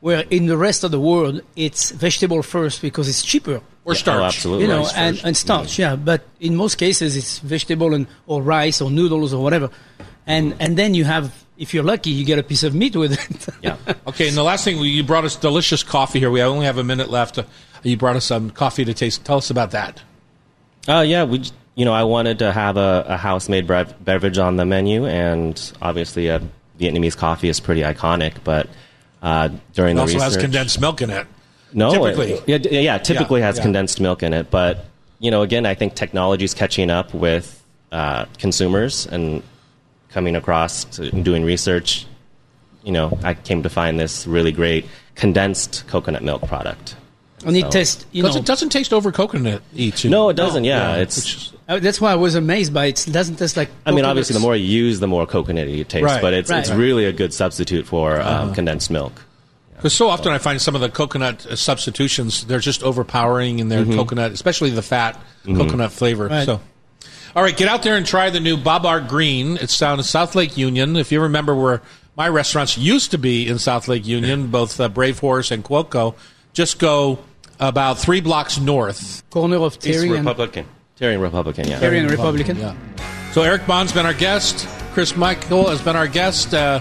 Speaker 2: Where in the rest of the world, it's vegetable first because it's cheaper.
Speaker 1: Or
Speaker 6: oh,
Speaker 1: starch?
Speaker 6: absolutely,
Speaker 2: you know,
Speaker 6: Rice
Speaker 2: and,
Speaker 6: first.
Speaker 2: and starch, yeah. But in most cases, it's vegetable and or rice or noodles or whatever, and and then you have, if you're lucky, you get a piece of meat with it.
Speaker 6: yeah.
Speaker 1: Okay, and the last thing you brought us delicious coffee here. We only have a minute left. Uh, You brought us some coffee to taste. Tell us about that.
Speaker 6: Uh, yeah, we, j- you know, I wanted to have a, a house-made brev- beverage on the menu, and obviously, a Vietnamese coffee is pretty iconic. But uh, during
Speaker 1: It
Speaker 6: the
Speaker 1: also
Speaker 6: research,
Speaker 1: has condensed milk in it.
Speaker 6: no, it-
Speaker 1: typically.
Speaker 6: yeah, d- yeah, typically
Speaker 1: Yeah,
Speaker 6: has
Speaker 1: yeah.
Speaker 6: condensed milk in it. But you know, again, I think technology's catching up with uh, consumers and coming across to, and doing research. You know, I came to find this really great condensed coconut milk product.
Speaker 2: and it tastes, you
Speaker 1: Because
Speaker 2: know,
Speaker 1: it doesn't taste over coconut each.
Speaker 6: No, it doesn't. yeah, it's
Speaker 2: uh, that's why I was amazed by it. It doesn't taste like.
Speaker 6: I mean,
Speaker 2: coconut.
Speaker 6: obviously, the more you use, the more coconutty it tastes,
Speaker 1: Right, Uh-huh.
Speaker 6: but it's,
Speaker 2: right.
Speaker 6: it's really a good substitute for um, condensed milk.
Speaker 1: Because so often I find some of the coconut uh, substitutions, they're just overpowering in their coconut, especially the fat coconut flavor.
Speaker 2: Right.
Speaker 1: So, all right, get out there and try the new Babar Green. It's down in South Lake Union. If you remember where my restaurants used to be in South Lake Union, both uh, Brave Horse and Cuoco, just go about three blocks north.
Speaker 2: Corner of
Speaker 6: He's
Speaker 2: Terry and,
Speaker 6: Republican. Terry and Republican, yeah.
Speaker 2: Terry and Republican.
Speaker 1: Yeah. So Eric Bond's been our guest. Chris Michael has been our guest. Uh,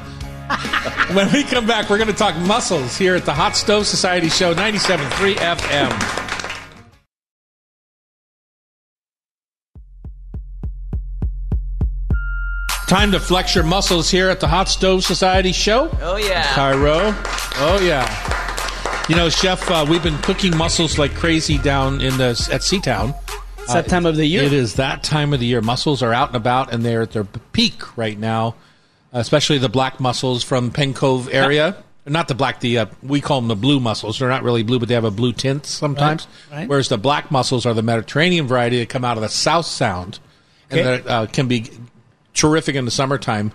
Speaker 1: when we come back, we're going to talk muscles here at the Hot Stove Society Show, 97.3 FM. Time to flex your muscles here at the Hot Stove Society Show.
Speaker 3: Oh, yeah.
Speaker 1: Cairo. Oh yeah. You know, Chef, uh, we've been cooking mussels like crazy down in the at Seatown.
Speaker 2: It's that time of the year.
Speaker 1: It is that time of the year. Mussels are out and about, and they're at their peak right now, especially the black mussels from Penn Cove area. Not the black, the uh, we call them the blue mussels. They're not really blue, but they have a blue tint sometimes.
Speaker 2: Right, right.
Speaker 1: Whereas the black mussels are the Mediterranean variety that come out of the South Sound, and
Speaker 2: Okay.
Speaker 1: that uh, can be terrific in the summertime.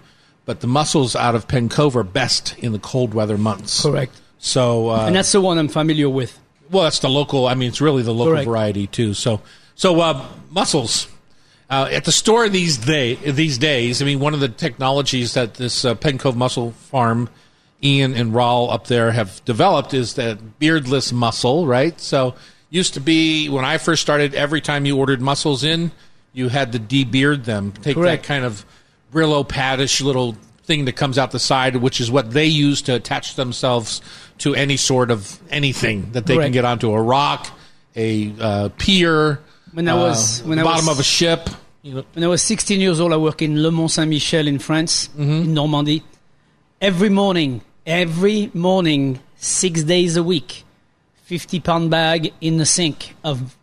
Speaker 1: But the mussels out of Penn Cove are best in the cold weather months.
Speaker 2: Correct.
Speaker 1: So, uh,
Speaker 2: And that's the one I'm familiar with.
Speaker 1: well, that's the local. I mean, it's really the local
Speaker 2: Correct.
Speaker 1: variety too. So, so uh, mussels uh, at the store these day these days. I mean, one of the technologies that this uh, Penn Cove Mussel Farm, Ian and Rawl up there have developed is that beardless mussel. Right. So, used to be when I first started, every time you ordered mussels in, you had to debeard them, take
Speaker 2: Correct.
Speaker 1: that kind of Brillo paddish little thing that comes out the side, which is what they use to attach themselves to any sort of anything that they
Speaker 2: Correct.
Speaker 1: can get onto a rock, a uh, pier,
Speaker 2: When I
Speaker 1: uh,
Speaker 2: was- when I
Speaker 1: bottom
Speaker 2: was-
Speaker 1: of a ship. You know,
Speaker 2: When I was 16 years old, I worked in Le Mont Saint Michel in France,
Speaker 1: Mm-hmm.
Speaker 2: in Normandy. Every morning, every morning, six days a week, 50 pound bag in the sink of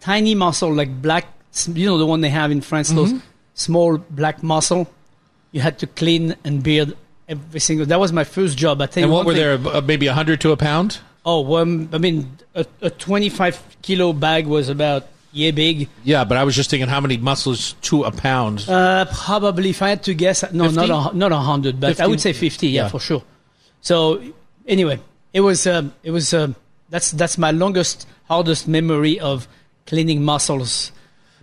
Speaker 2: tiny mussel, like black, you know, the one they have in France, those
Speaker 1: Mm-hmm.
Speaker 2: small black mussel. You had to clean and beard every single. That was my first job. I tell
Speaker 1: and
Speaker 2: you
Speaker 1: what
Speaker 2: one
Speaker 1: were
Speaker 2: thing.
Speaker 1: there? Uh, maybe a hundred to a pound.
Speaker 2: Oh, well, I mean, a, a 25 kilo bag was about yay big.
Speaker 1: Yeah, but I was just thinking how many mussels to a pound.
Speaker 2: Uh, probably, if I had to guess, no,
Speaker 1: 50?
Speaker 2: not a, not a hundred, but I
Speaker 1: 15?
Speaker 2: would say fifty, yeah,
Speaker 1: Yeah.
Speaker 2: for sure. So, anyway, it was um, it was um, that's that's my longest, hardest memory of cleaning muscles.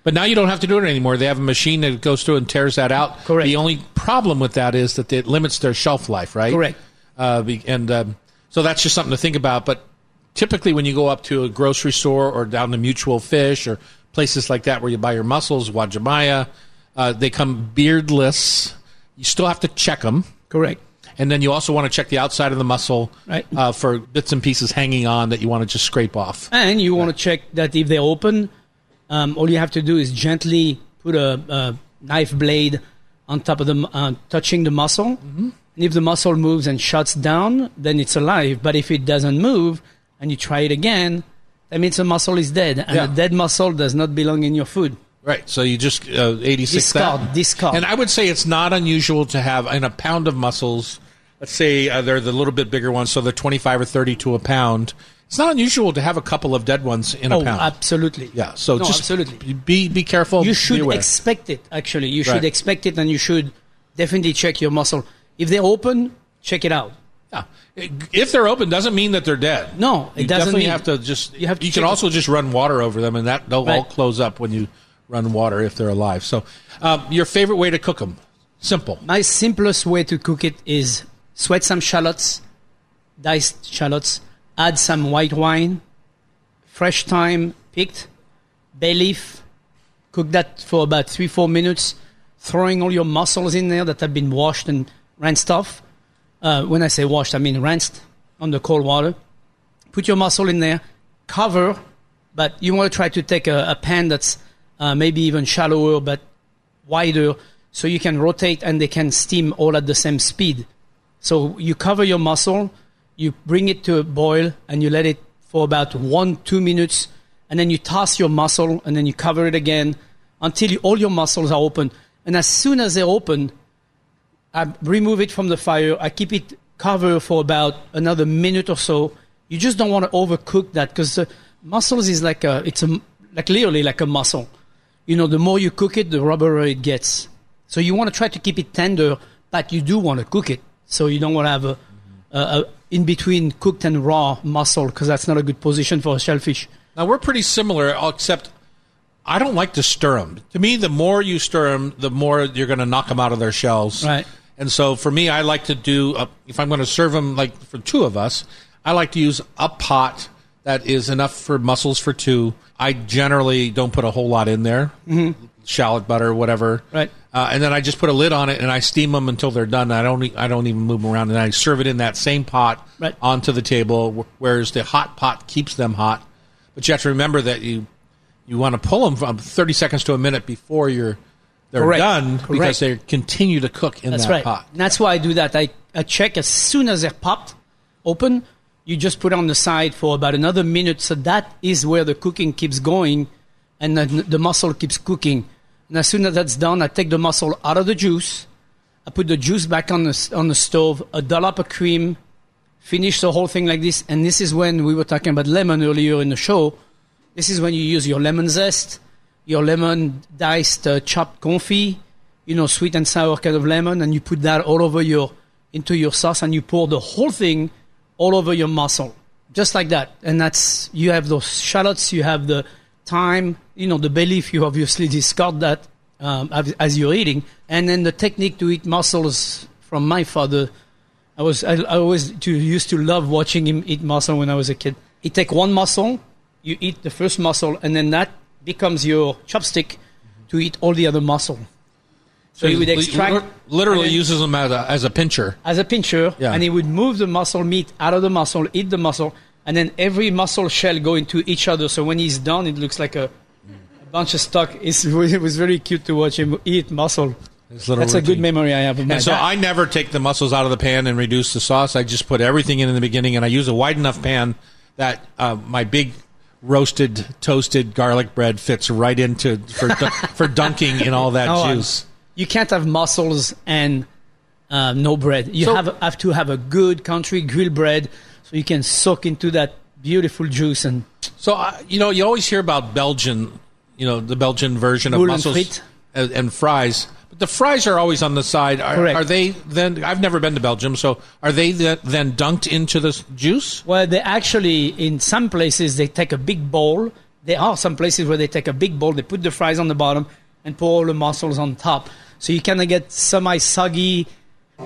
Speaker 1: But now you don't have to do it anymore. They have a machine that goes through and tears that out.
Speaker 2: Correct.
Speaker 1: The only problem with that is that it limits their shelf life, right?
Speaker 2: Correct.
Speaker 1: Uh, be- and um, so that's just something to think about. But typically, when you go up to a grocery store or down to Mutual Fish or places like that where you buy your mussels, Wajamaya, uh, they come beardless. You still have to check them.
Speaker 2: Correct.
Speaker 1: And then you also want to check the outside of the mussel
Speaker 2: Right.
Speaker 1: uh, for bits and pieces hanging on that you want to just scrape off.
Speaker 2: And you want to check that if they're open, um, all you have to do is gently put a, a knife blade on top of the mu- uh, touching the muscle.
Speaker 1: Mm-hmm.
Speaker 2: And if the muscle moves and shuts down, then it's alive. But if it doesn't move and you try it again, that means the muscle is dead, and
Speaker 1: Yeah.
Speaker 2: a dead muscle does not belong in your food.
Speaker 1: Right. So you just uh, 86
Speaker 2: Discard,
Speaker 1: that.
Speaker 2: discard.
Speaker 1: And I would say it's not unusual to have in a pound of mussels, let's say uh, they're the little bit bigger ones, so they're 25 or 30 to a pound. It's not unusual to have a couple of dead ones in a
Speaker 2: Oh,
Speaker 1: pound.
Speaker 2: absolutely.
Speaker 1: yeah. So
Speaker 2: No,
Speaker 1: just
Speaker 2: absolutely.
Speaker 1: be be careful.
Speaker 2: you
Speaker 1: be
Speaker 2: should
Speaker 1: aware.
Speaker 2: expect it actually you should
Speaker 1: Right.
Speaker 2: expect it and you should definitely check your muscle if they're open check it out
Speaker 1: Yeah. If they're open, doesn't mean that they're dead.
Speaker 2: No, it
Speaker 1: you
Speaker 2: doesn't
Speaker 1: Definitely
Speaker 2: mean-
Speaker 1: have to just.
Speaker 2: you
Speaker 1: You
Speaker 2: have to
Speaker 1: can
Speaker 2: check
Speaker 1: also just run water over them, and that they'll all
Speaker 2: Right.
Speaker 1: close up when you run water if they're alive. So, um, your favorite way to cook them? Simple.
Speaker 2: my simplest way to cook it is sweat some shallots diced shallots add some white wine fresh thyme picked bay leaf cook that for about three four minutes throwing all your muscles in there that have been washed and rinsed off uh, when i say washed i mean rinsed on the cold water put your muscle in there, cover, but you want to try to take a, a pan that's uh, maybe even shallower but wider so you can rotate and they can steam all at the same speed. So you cover your muscle, you bring it to a boil and you let it for about one, two minutes, and then you toss your muscle and then you cover it again until you, all your muscles are open. And as soon as they're open, I remove it from the fire. I keep it covered for about another minute or so. You just don't want to overcook that because mussels is like a, it's a, like literally like a mussel. You know, the more you cook it, the rubberer it gets. So you want to try to keep it tender, but you do want to cook it. So you don't want to have a, a, a in between cooked and raw mussel because that's not a good position for a shellfish.
Speaker 1: Now we're pretty similar, except I don't like to stir them. To me, the more you stir them, the more you're going to knock them out of their shells.
Speaker 2: Right.
Speaker 1: And so for me, I like to do a, if I'm going to serve them like for two of us, I like to use a pot that is enough for mussels for two. I generally don't put a whole lot in there, shallot butter, whatever.
Speaker 2: Mm-hmm. Right.
Speaker 1: Uh, and then I just put a lid on it and I steam them until they're done. I don't e- I don't even move them around, and I serve it in that same pot
Speaker 2: Right.
Speaker 1: onto the table. wh- Whereas the hot pot keeps them hot, but you have to remember that you you want to pull them from 30 seconds to a minute before you're they're
Speaker 2: Correct.
Speaker 1: done because
Speaker 2: Correct.
Speaker 1: they continue to cook in
Speaker 2: That's
Speaker 1: that
Speaker 2: right.
Speaker 1: pot.
Speaker 2: And that's why I do that. I, I check as soon as they're popped open. You just put it on the side for about another minute. So that is where the cooking keeps going and then the mussel keeps cooking. And as soon as that's done, I take the mussel out of the juice. I put the juice back on the, s- on the stove, a dollop of cream, finish the whole thing like this. And this is when we were talking about lemon earlier in the show. This is when you use your lemon zest, your lemon diced uh, chopped confit, you know, sweet and sour kind of lemon, and you put that all over your into your sauce, and you pour the whole thing all over your mussel, just like that. And that's you have those shallots, you have the thyme, you know, the bay leaf. You obviously discard that um, as, as you're eating, and then the technique to eat mussels from my father. I was I, I always to, used to love watching him eat mussel when I was a kid. He take one mussel, you eat the first mussel, and then that becomes your chopstick to eat all the other mussel. So, he would
Speaker 1: li-
Speaker 2: extract
Speaker 1: literally
Speaker 2: and then-
Speaker 1: uses them as a, as a pincher.
Speaker 2: as a pincher,
Speaker 1: Yeah.
Speaker 2: and he would move the muscle meat out of the muscle, eat the muscle, and then every muscle shell go into each other. So when he's done, it looks like a, a bunch of stock. It's, it was very cute to watch him eat muscle.
Speaker 1: His
Speaker 2: That's
Speaker 1: little
Speaker 2: a good
Speaker 1: routine.
Speaker 2: memory I have of my
Speaker 1: And so
Speaker 2: dad.
Speaker 1: I never take the mussels out of the pan and reduce the sauce. I just put everything in in the beginning, and I use a wide enough pan that uh, my big roasted toasted garlic bread fits right into for dun- for dunking in all that
Speaker 2: No, Oh, I'm-
Speaker 1: juice.
Speaker 2: You can't have mussels and uh, no bread. You
Speaker 1: So-
Speaker 2: have, have to have a good country grilled bread so you can soak into that beautiful juice and
Speaker 1: So I you know, you always hear about Belgian, you know, the Belgian version of
Speaker 2: Boule and
Speaker 1: mussels
Speaker 2: frites.
Speaker 1: and, and fries. But the fries are always on the side. Are,
Speaker 2: Correct.
Speaker 1: are they then? I've never been to Belgium, so are they the, then dunked into the s- juice?
Speaker 2: Well, they actually, in some places, they take a big bowl. There are some places where they take a big bowl, they put the fries on the bottom, and pour all the mussels on top. So you kind of get semi soggy,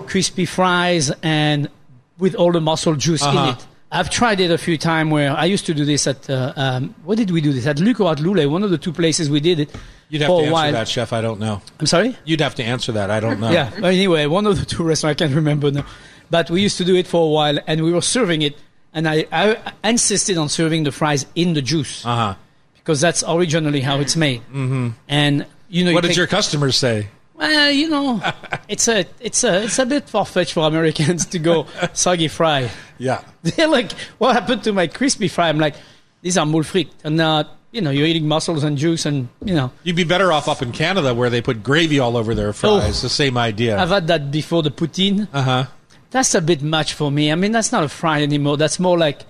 Speaker 2: crispy fries, and with all the mussel juice
Speaker 1: Uh-huh.
Speaker 2: in it. I've tried it a few times where I used to do this at, uh, um, what did we do this? At Luc or at Lule, one of the two places we did it.
Speaker 1: You'd have
Speaker 2: for
Speaker 1: to
Speaker 2: a
Speaker 1: answer
Speaker 2: while.
Speaker 1: that, chef. I don't know.
Speaker 2: I'm sorry?
Speaker 1: You'd have to answer that. I don't know.
Speaker 2: Yeah. But Anyway, one of the two restaurants I can't remember now, but we used to do it for a while, and we were serving it, and I, I insisted on serving the fries in the juice
Speaker 1: Uh huh.
Speaker 2: because that's originally how it's made. Mm-hmm. And you know,
Speaker 1: What did
Speaker 2: you take-
Speaker 1: your customers say?
Speaker 2: Well, you know, it's a it's a it's a bit far fetched for Americans to go soggy fry.
Speaker 1: Yeah.
Speaker 2: They're like, what happened to my crispy fry? I'm like, these are moule frites, and not you know, you're eating mussels and juice, and you know.
Speaker 1: You'd be better off up in Canada where they put gravy all over their fries. The same
Speaker 2: I've
Speaker 1: idea.
Speaker 2: had that before the poutine.
Speaker 1: Uh huh.
Speaker 2: that's a bit much for me. I mean, that's not a fry anymore. That's more like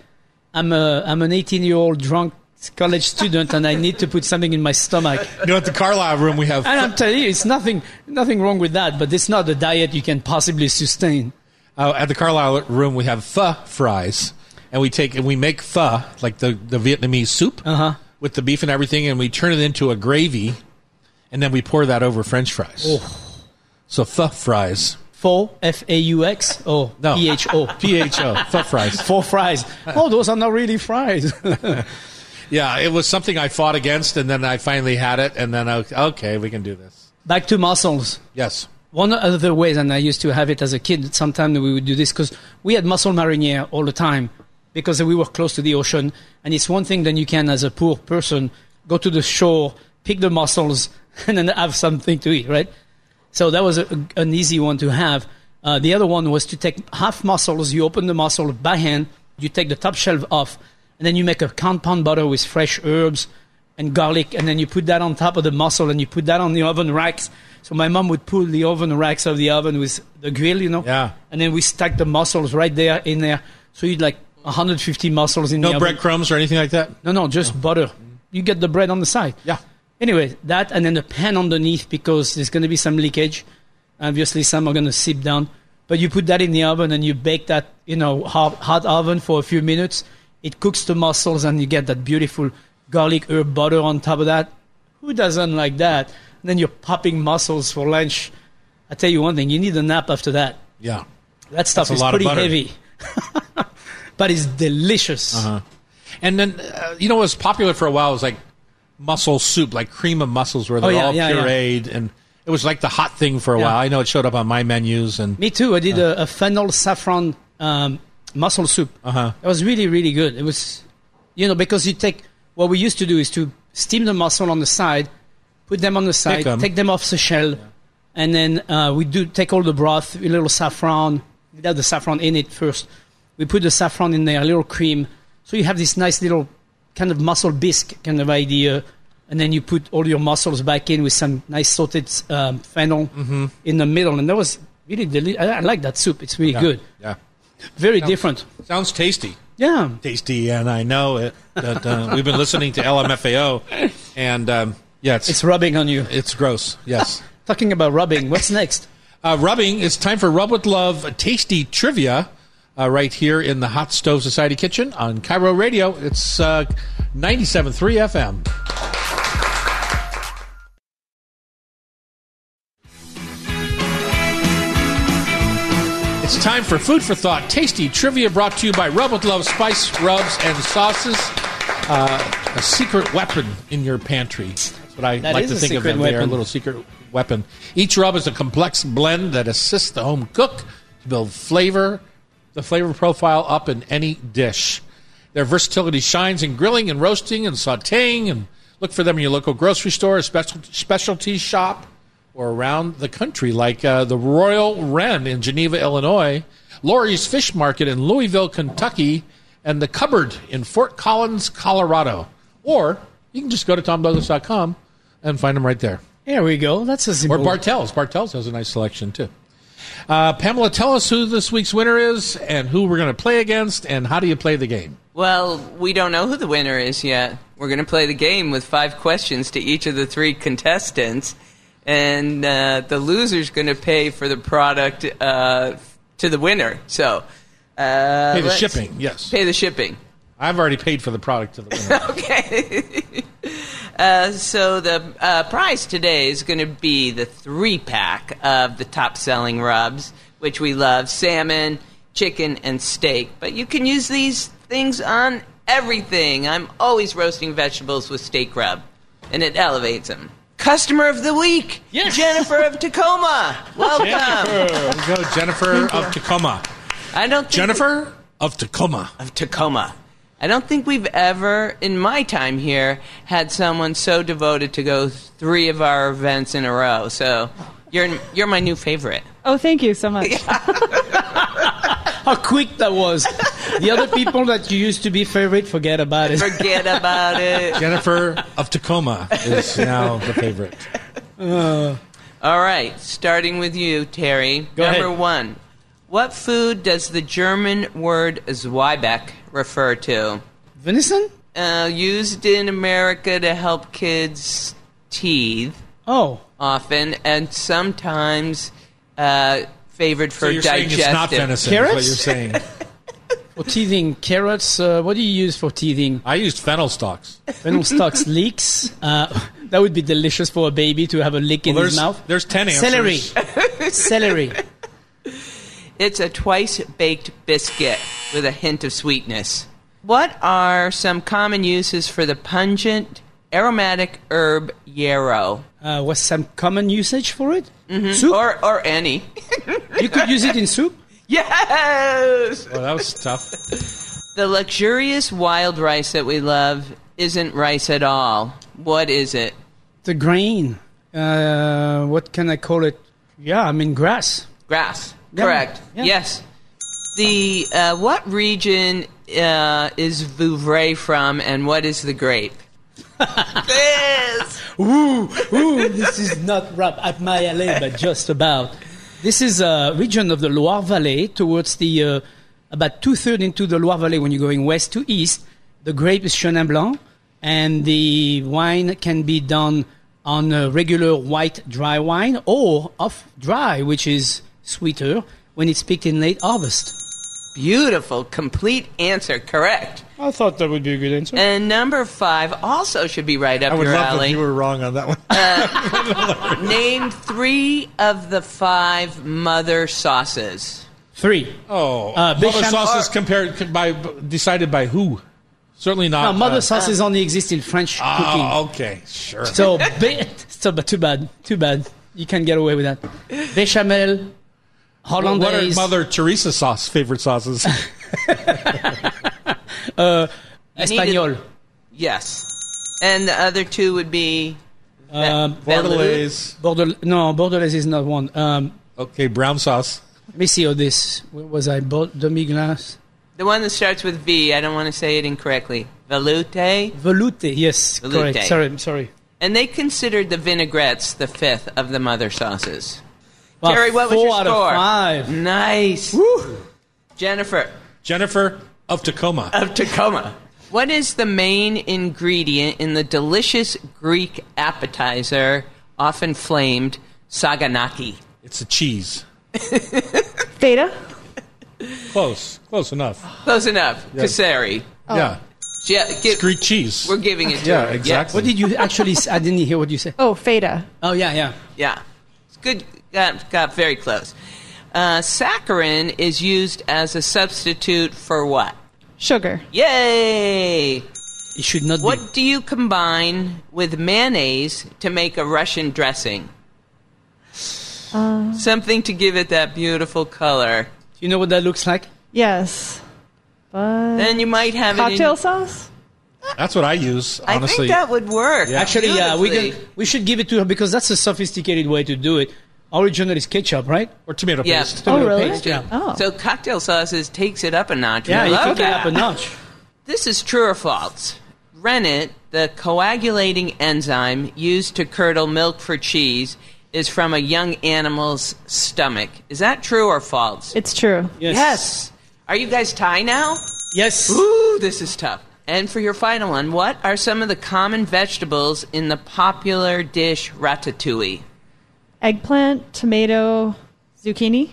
Speaker 2: I'm a I'm an 18 year old drunk college student, and I need to put something in my stomach.
Speaker 1: You know, at the Carlisle room, we have
Speaker 2: And I'm telling you, it's nothing nothing wrong with that, but it's not a diet you can possibly sustain.
Speaker 1: Uh, at the Carlisle room, we have pho fries, and we take and we make pho like the the Vietnamese soup
Speaker 2: Uh-huh.
Speaker 1: with the beef and everything, and we turn it into a gravy, and then we pour that over French fries. Oh. So pho fries,
Speaker 2: Four F A U X or
Speaker 1: No.
Speaker 2: P H O.
Speaker 1: P H O, pho fries.
Speaker 2: Four fries. Oh, those are not really fries.
Speaker 1: Yeah, it was something I fought against, and then I finally had it, and then I, okay, we can do this.
Speaker 2: Back to mussels.
Speaker 1: Yes.
Speaker 2: One of the ways, and I used to have it as a kid, sometimes we would do this because we had mussel marinier all the time because we were close to the ocean. And it's one thing that you can, as a poor person, go to the shore, pick the mussels, and then have something to eat, right? So that was a, an easy one to have. Uh, the other one was to take half mussels, you open the mussel by hand, you take the top shelf off, and then you make a compound butter with fresh herbs and garlic, and then you put that on top of the mussel and you put that on the oven racks. So my mom would pull the oven racks of the oven with the grill, you know?
Speaker 1: Yeah.
Speaker 2: And then we stack the mussels right there in there. So you'd like 150 mussels in
Speaker 1: No
Speaker 2: the oven.
Speaker 1: breadcrumbs or anything like that.
Speaker 2: No, no, just butter. You get the bread on the side.
Speaker 1: Yeah.
Speaker 2: Anyway, that and then the pan underneath because there's going to be some leakage. Obviously, some are going to seep down. But you put that in the oven and you bake that, you know, hot, hot oven for a few minutes. It cooks the mussels and you get that beautiful garlic herb butter on top of that. Who doesn't like that? And then you're popping mussels for lunch. I tell you one thing, you need a nap after that.
Speaker 1: Yeah.
Speaker 2: That stuff
Speaker 1: That's a
Speaker 2: is
Speaker 1: lot of
Speaker 2: pretty
Speaker 1: butter. Uh-huh.
Speaker 2: heavy, but it's delicious.
Speaker 1: And then, uh, you know, what was popular for a while was like mussel soup, like cream of mussels where they're
Speaker 2: yeah,
Speaker 1: all
Speaker 2: yeah, yeah.
Speaker 1: pureed. And it was like the hot thing for a
Speaker 2: Yeah.
Speaker 1: while. I know it showed up on my menus. And
Speaker 2: Me too. I did a, a fennel saffron um, mussel soup.
Speaker 1: Uh-huh.
Speaker 2: It was really, really good. It was, you know, because you take what we used to do is to steam the mussel on the side, put them on the side,
Speaker 1: 'em.
Speaker 2: take them off the shell, and then uh, we do take all the broth, a little saffron. We have the saffron in it first. We put the saffron in there, a little cream, so you have this nice little kind of mussel bisque kind of idea. And then you put all your mussels back in with some nice sautéed um, fennel in the middle, and that was really delicious. I, I like that soup; it's really
Speaker 1: Yeah.
Speaker 2: good,
Speaker 1: Yeah.
Speaker 2: very different.
Speaker 1: Sounds tasty.
Speaker 2: Yeah,
Speaker 1: Tasty, and I know it. But, uh, we've been listening to LMFAO, and um, yeah, it's,
Speaker 2: it's
Speaker 1: it's
Speaker 2: rubbing on you.
Speaker 1: gross. Yes,
Speaker 2: Talking about rubbing, what's next?
Speaker 1: uh, rubbing. It's time for rub with love. a Tasty trivia, uh, right here in the Hot Stove Society kitchen on Cairo Radio. It's uh, 97.3 FM. It's time for food for thought. Tasty trivia brought to you by Rub with Love spice rubs and sauces. Uh, a secret weapon in your pantry. That's what I
Speaker 2: That
Speaker 1: like
Speaker 2: is
Speaker 1: to
Speaker 2: a
Speaker 1: think of
Speaker 2: secret
Speaker 1: them. They are a
Speaker 2: weapon.
Speaker 1: little secret weapon. Each rub is a complex blend that assists the home cook to build flavor, the flavor profile up in any dish. Their versatility shines in grilling and roasting and sautéing. And look for them in your local grocery store, a special, specialty shop or around the country, like uh, the Royal Wren in Geneva, Illinois, Laurie's Fish Market in Louisville, Kentucky, and the Cupboard in Fort Collins, Colorado. Or you can just go to tomdouglas.com and find them right there.
Speaker 2: There we go. That's a
Speaker 1: Or
Speaker 2: simple.
Speaker 1: Bartels. Bartels has a nice selection, too. Uh, Pamela, tell us who this week's winner is and who we're going to play against and how do you play the game?
Speaker 3: Well, we don't know who the winner is yet. We're going to play the game with five questions to each of the three contestants, and uh, the loser's going to pay for the product uh, to the winner. So, uh,
Speaker 1: Pay the
Speaker 3: let's-
Speaker 1: shipping, yes.
Speaker 3: Pay the shipping.
Speaker 1: I've already paid for the product to the winner.
Speaker 3: Okay. uh, so the uh, prize today is going to be the three pack of the top selling rubs, which we love salmon, chicken, and steak. But you can use these things on everything. I'm always roasting vegetables with steak rub, and it elevates them. Customer of the week,
Speaker 2: Yes.
Speaker 3: Jennifer of Tacoma. Welcome.
Speaker 1: There we go, Jennifer of Tacoma.
Speaker 3: I don't think
Speaker 1: Jennifer of Tacoma.
Speaker 3: of Tacoma. I don't think we've ever, in my time here, had someone so devoted to go three of our events in a row. So you're you're my new favorite.
Speaker 7: Oh, thank you so much.
Speaker 2: How quick that was! the other people that you used to be favorite, forget about it.
Speaker 3: Forget about it.
Speaker 1: Jennifer of Tacoma is now the favorite.
Speaker 3: All right, starting with you, Terry.
Speaker 2: Go
Speaker 3: Number
Speaker 2: ahead.
Speaker 3: one, what food does the German word Zweiback refer to?
Speaker 2: Venison?
Speaker 3: Uh, used in America to help kids' teeth.
Speaker 2: Oh,
Speaker 3: often and sometimes uh, favored for
Speaker 1: So you're saying
Speaker 3: digestive.
Speaker 1: it's not venison. Is what
Speaker 2: Carrots?
Speaker 1: you're saying.
Speaker 2: for teething carrots. Uh, what do you use for teething?
Speaker 1: I used fennel stalks.
Speaker 2: Venom stocks leeks. Uh, that would be delicious for a baby to have a leek in his
Speaker 1: There's
Speaker 2: mouth.
Speaker 1: there's ten answers.
Speaker 2: Celery. Celery.
Speaker 3: It's a twice baked biscuit with a hint of sweetness. What are some common uses for the pungent aromatic herb yarrow?
Speaker 2: Uh, what's some common usage for it?
Speaker 1: Mm-hmm.
Speaker 2: Soup.
Speaker 3: Or, or any.
Speaker 2: you could use it in soup.
Speaker 3: yes!
Speaker 1: Well, that was tough.
Speaker 3: The luxurious wild rice that we love isn't rice at all. What is it?
Speaker 2: The grain. Uh, what can I call it? Yeah, I mean grass.
Speaker 3: Grass.
Speaker 2: Yeah.
Speaker 3: Correct.
Speaker 2: Yeah.
Speaker 3: Yes. The uh, what region uh, is Vouvray from, and what is the grape? this.
Speaker 2: Ooh, ooh, this is not rap at my alley, but just about. This is a region of the Loire Valley towards the, uh, about two thirds into the Loire Valley when you're going west to east. The grape is Chenin Blanc, and the wine can be done on a regular white dry wine or off dry, which is sweeter. when it's picked in late August.
Speaker 3: Beautiful, complete answer. Correct.
Speaker 2: I thought that would be a good answer.
Speaker 3: And number five also should be right up
Speaker 7: I would
Speaker 3: your
Speaker 7: love if
Speaker 3: alley. Uh,
Speaker 7: you were wrong on that one.
Speaker 3: Name three of the five mother sauces.
Speaker 2: Three.
Speaker 1: Oh,
Speaker 2: Uh,
Speaker 1: mother
Speaker 2: Bisham-
Speaker 1: sauce is compared by decided by who? Certainly
Speaker 2: Now,
Speaker 1: not.
Speaker 2: mother
Speaker 1: uh,
Speaker 2: sauce is only exist in French cooking.
Speaker 1: Oh, okay, sure.
Speaker 2: So, ba- so but too bad, too bad. You can't get away with that. Bechamel, hollandaise.
Speaker 1: What are Mother Teresa sauce favorite sauces?
Speaker 2: Espanol.
Speaker 3: Yes. And the other two would be ve-
Speaker 2: Um,
Speaker 3: velouté.
Speaker 1: Bordelaise.
Speaker 2: Bordel- no, Bordelaise is not one. Um,
Speaker 1: Okay, brown sauce.
Speaker 2: let me see all this. Where was I? Bo- demi glace.
Speaker 3: The one that starts with V. I don't want to say it incorrectly. Velouté.
Speaker 2: Velouté. Yes,
Speaker 3: Velouté.
Speaker 2: correct. Sorry, I'm sorry.
Speaker 3: And they considered the vinaigrettes the fifth of the mother sauces.
Speaker 2: Wow,
Speaker 3: Terry, what was
Speaker 2: four
Speaker 3: your
Speaker 2: out
Speaker 3: score?
Speaker 2: Of five.
Speaker 3: Nice. Jennifer
Speaker 1: Jennifer of Tacoma.
Speaker 3: of Tacoma. What is the main ingredient in the delicious Greek appetizer, often flamed saganaki?
Speaker 1: It's a cheese.
Speaker 8: Theta?
Speaker 1: Close. Close enough.
Speaker 3: Close enough. Kaseri.
Speaker 1: Yeah.
Speaker 3: Yeah, gi-
Speaker 1: Greek cheese.
Speaker 3: we're giving it to
Speaker 1: Yeah,
Speaker 3: her.
Speaker 1: exactly.
Speaker 2: What did you actually? s- I didn't hear what you said.
Speaker 8: Oh, Theta.
Speaker 2: Oh yeah, yeah.
Speaker 3: Yeah. It's good. Got, got very close. Uh, saccharin is used as a substitute for what?
Speaker 8: Sugar.
Speaker 3: Yay!
Speaker 2: It should not be.
Speaker 3: What do you combine with mayonnaise to make a Russian dressing?
Speaker 8: Uh,
Speaker 3: Something to give it that beautiful color.
Speaker 2: You know what that looks like?
Speaker 8: Yes. But
Speaker 3: Then you might have
Speaker 8: cocktail
Speaker 3: it. In,
Speaker 8: sauce?
Speaker 1: That's what I use,
Speaker 3: I
Speaker 1: honestly.
Speaker 3: think that would work.
Speaker 2: Actually, yeah, we
Speaker 3: beautifully.
Speaker 2: can, we should give it to her because that's a sophisticated way to do it. Original is ketchup, right?
Speaker 1: or tomato
Speaker 3: Yeah.
Speaker 1: paste.
Speaker 8: Oh,
Speaker 2: Tomato
Speaker 8: really?
Speaker 2: paste, yeah.
Speaker 8: Oh.
Speaker 3: So cocktail sauces takes it up a notch.
Speaker 2: Yeah,
Speaker 3: we
Speaker 2: you
Speaker 3: love
Speaker 2: took it
Speaker 3: that.
Speaker 2: up a notch.
Speaker 3: This is true or false. Rennet, the coagulating enzyme used to curdle milk for cheese, is from a young animal's stomach. Is that true or false?
Speaker 8: It's true.
Speaker 3: Yes. Are you guys tie now?
Speaker 2: Yes.
Speaker 3: Ooh, this is tough. And for your final one, what are some of the common vegetables in the popular dish ratatouille?
Speaker 8: Eggplant, tomato, zucchini.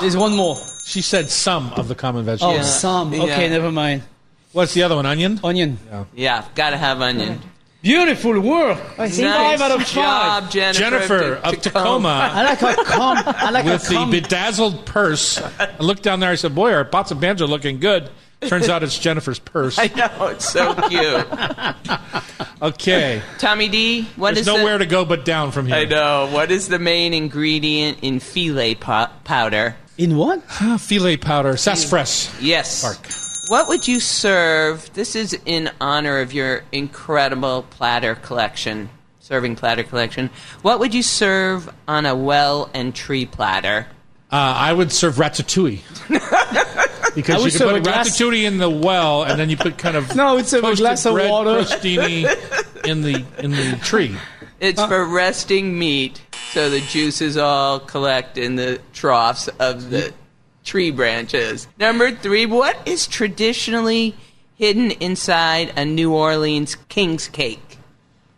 Speaker 2: There's one more.
Speaker 1: She said some of the common
Speaker 2: Oh,
Speaker 1: vegetables.
Speaker 2: some.
Speaker 3: Yeah.
Speaker 2: Okay, never mind.
Speaker 1: What's the other one? Onion?
Speaker 2: Onion.
Speaker 3: Yeah, gotta have onion.
Speaker 2: Beautiful work.
Speaker 3: Nice
Speaker 2: Five out of five.
Speaker 3: job, Jennifer.
Speaker 1: Jennifer of Tacoma.
Speaker 2: I like how calm. I like
Speaker 1: with
Speaker 2: how
Speaker 1: the
Speaker 2: calm.
Speaker 1: bedazzled purse. I looked down there. I said, "Boy, our pots of bands are looking good." Turns out it's Jennifer's purse.
Speaker 3: I know it's so cute.
Speaker 1: Okay,
Speaker 3: Tommy D, what is
Speaker 1: there's nowhere
Speaker 3: the,
Speaker 1: to go but down from here.
Speaker 3: I know. What is the main ingredient in filet po- powder?
Speaker 2: In what?
Speaker 1: Ah, Filet powder, sassafras.
Speaker 3: Yes. What would you serve? This is in honor of your incredible platter collection, serving platter collection. What would you serve on a well and tree platter?
Speaker 1: Uh, I would serve ratatouille
Speaker 2: I
Speaker 1: because you
Speaker 2: would
Speaker 1: can
Speaker 2: serve
Speaker 1: put
Speaker 2: a glass-
Speaker 1: ratatouille in the well, and then you put kind of
Speaker 2: No, it's a
Speaker 1: toasted
Speaker 2: glass of
Speaker 1: bread
Speaker 2: water.
Speaker 1: crostini in the in the tree.
Speaker 3: It's
Speaker 2: Uh.
Speaker 3: for resting meat, so the juices all collect in the troughs of the tree branches. Number three, what is traditionally hidden inside a New Orleans king's cake?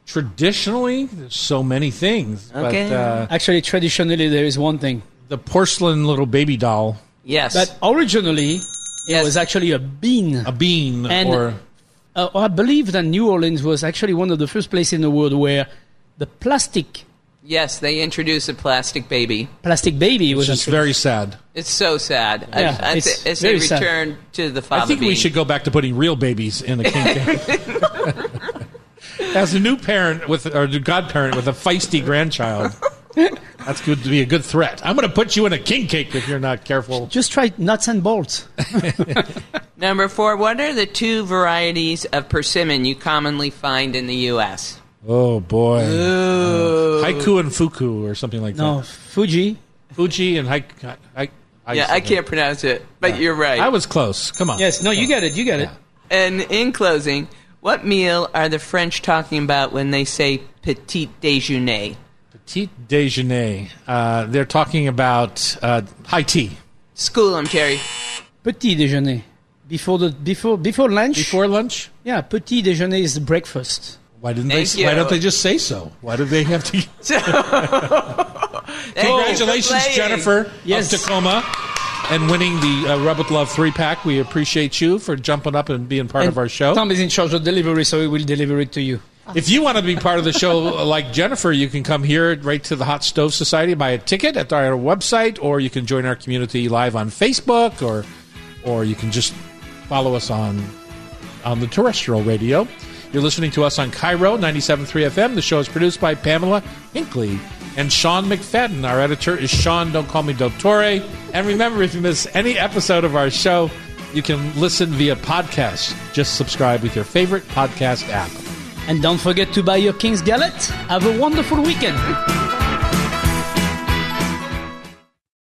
Speaker 1: Traditionally, there's so many things,
Speaker 3: Okay.
Speaker 1: but uh,
Speaker 2: Actually, traditionally there is one thing,
Speaker 1: the porcelain little baby doll,
Speaker 3: Yes.
Speaker 2: but originally it
Speaker 3: Yes.
Speaker 2: was actually a bean.
Speaker 1: a bean,
Speaker 2: And-
Speaker 1: or
Speaker 2: Uh, I believe that New Orleans was actually one of the first places in the world where the plastic
Speaker 3: yes, they introduce a plastic baby.
Speaker 2: plastic baby was
Speaker 1: which is
Speaker 2: actually-
Speaker 1: very sad.
Speaker 3: It's so sad. I-
Speaker 2: Yeah,
Speaker 3: I, thi-
Speaker 2: it's
Speaker 3: as they
Speaker 2: very sad.
Speaker 3: return to the fava
Speaker 1: I think we
Speaker 3: bean.
Speaker 1: should go back to putting real babies in the king As a new parent with or godparent with a feisty grandchild, that's good to be a good threat. I'm going to put you in a king cake if you're not careful.
Speaker 2: Just try nuts and bolts.
Speaker 3: Number four, what are the two varieties of persimmon you commonly find in the U.S.?
Speaker 1: Oh boy, haiku and fuku or something like
Speaker 2: No, Fuji.
Speaker 1: that. Fuji and haiku. I, I,
Speaker 3: Yeah, I can't pronounce it, but you're right.
Speaker 1: I was close. Come on.
Speaker 2: Yes, no, you get it. You get it.
Speaker 3: and in closing, what meal are the French talking about when they say petit déjeuner?
Speaker 1: Petit déjeuner. Uh, they're talking about uh, high tea
Speaker 3: School 'em, Terry.
Speaker 2: Petit déjeuner. Before the before before lunch.
Speaker 1: before lunch.
Speaker 2: Yeah, petit déjeuner is breakfast.
Speaker 1: Why didn't
Speaker 3: Thank
Speaker 1: they? Why
Speaker 3: you.
Speaker 1: don't they just say so? Why do they have to?
Speaker 3: Thank you for
Speaker 1: Congratulations,
Speaker 3: playing.
Speaker 1: Jennifer
Speaker 2: Yes.
Speaker 1: of Tacoma, and winning the uh, Rub with Love three pack. We appreciate you for jumping up and being part of our show.
Speaker 2: Tom is in charge of delivery, so he will deliver it to you.
Speaker 1: If you want to be part of the show like Jennifer, you can come here right to the Hot Stove Society, buy a ticket at our website, or you can join our community live on Facebook, or or you can just follow us on on the terrestrial radio. You're listening to us on Cairo 97.3 FM. The show is produced by Pamela Hinkley and Sean McFadden. Our editor is Sean, don't call me Del Torre. And remember, if you miss any episode of our show, you can listen via podcast. Just subscribe with your favorite podcast app.
Speaker 2: And don't forget to buy your King's Galette. Have a wonderful weekend.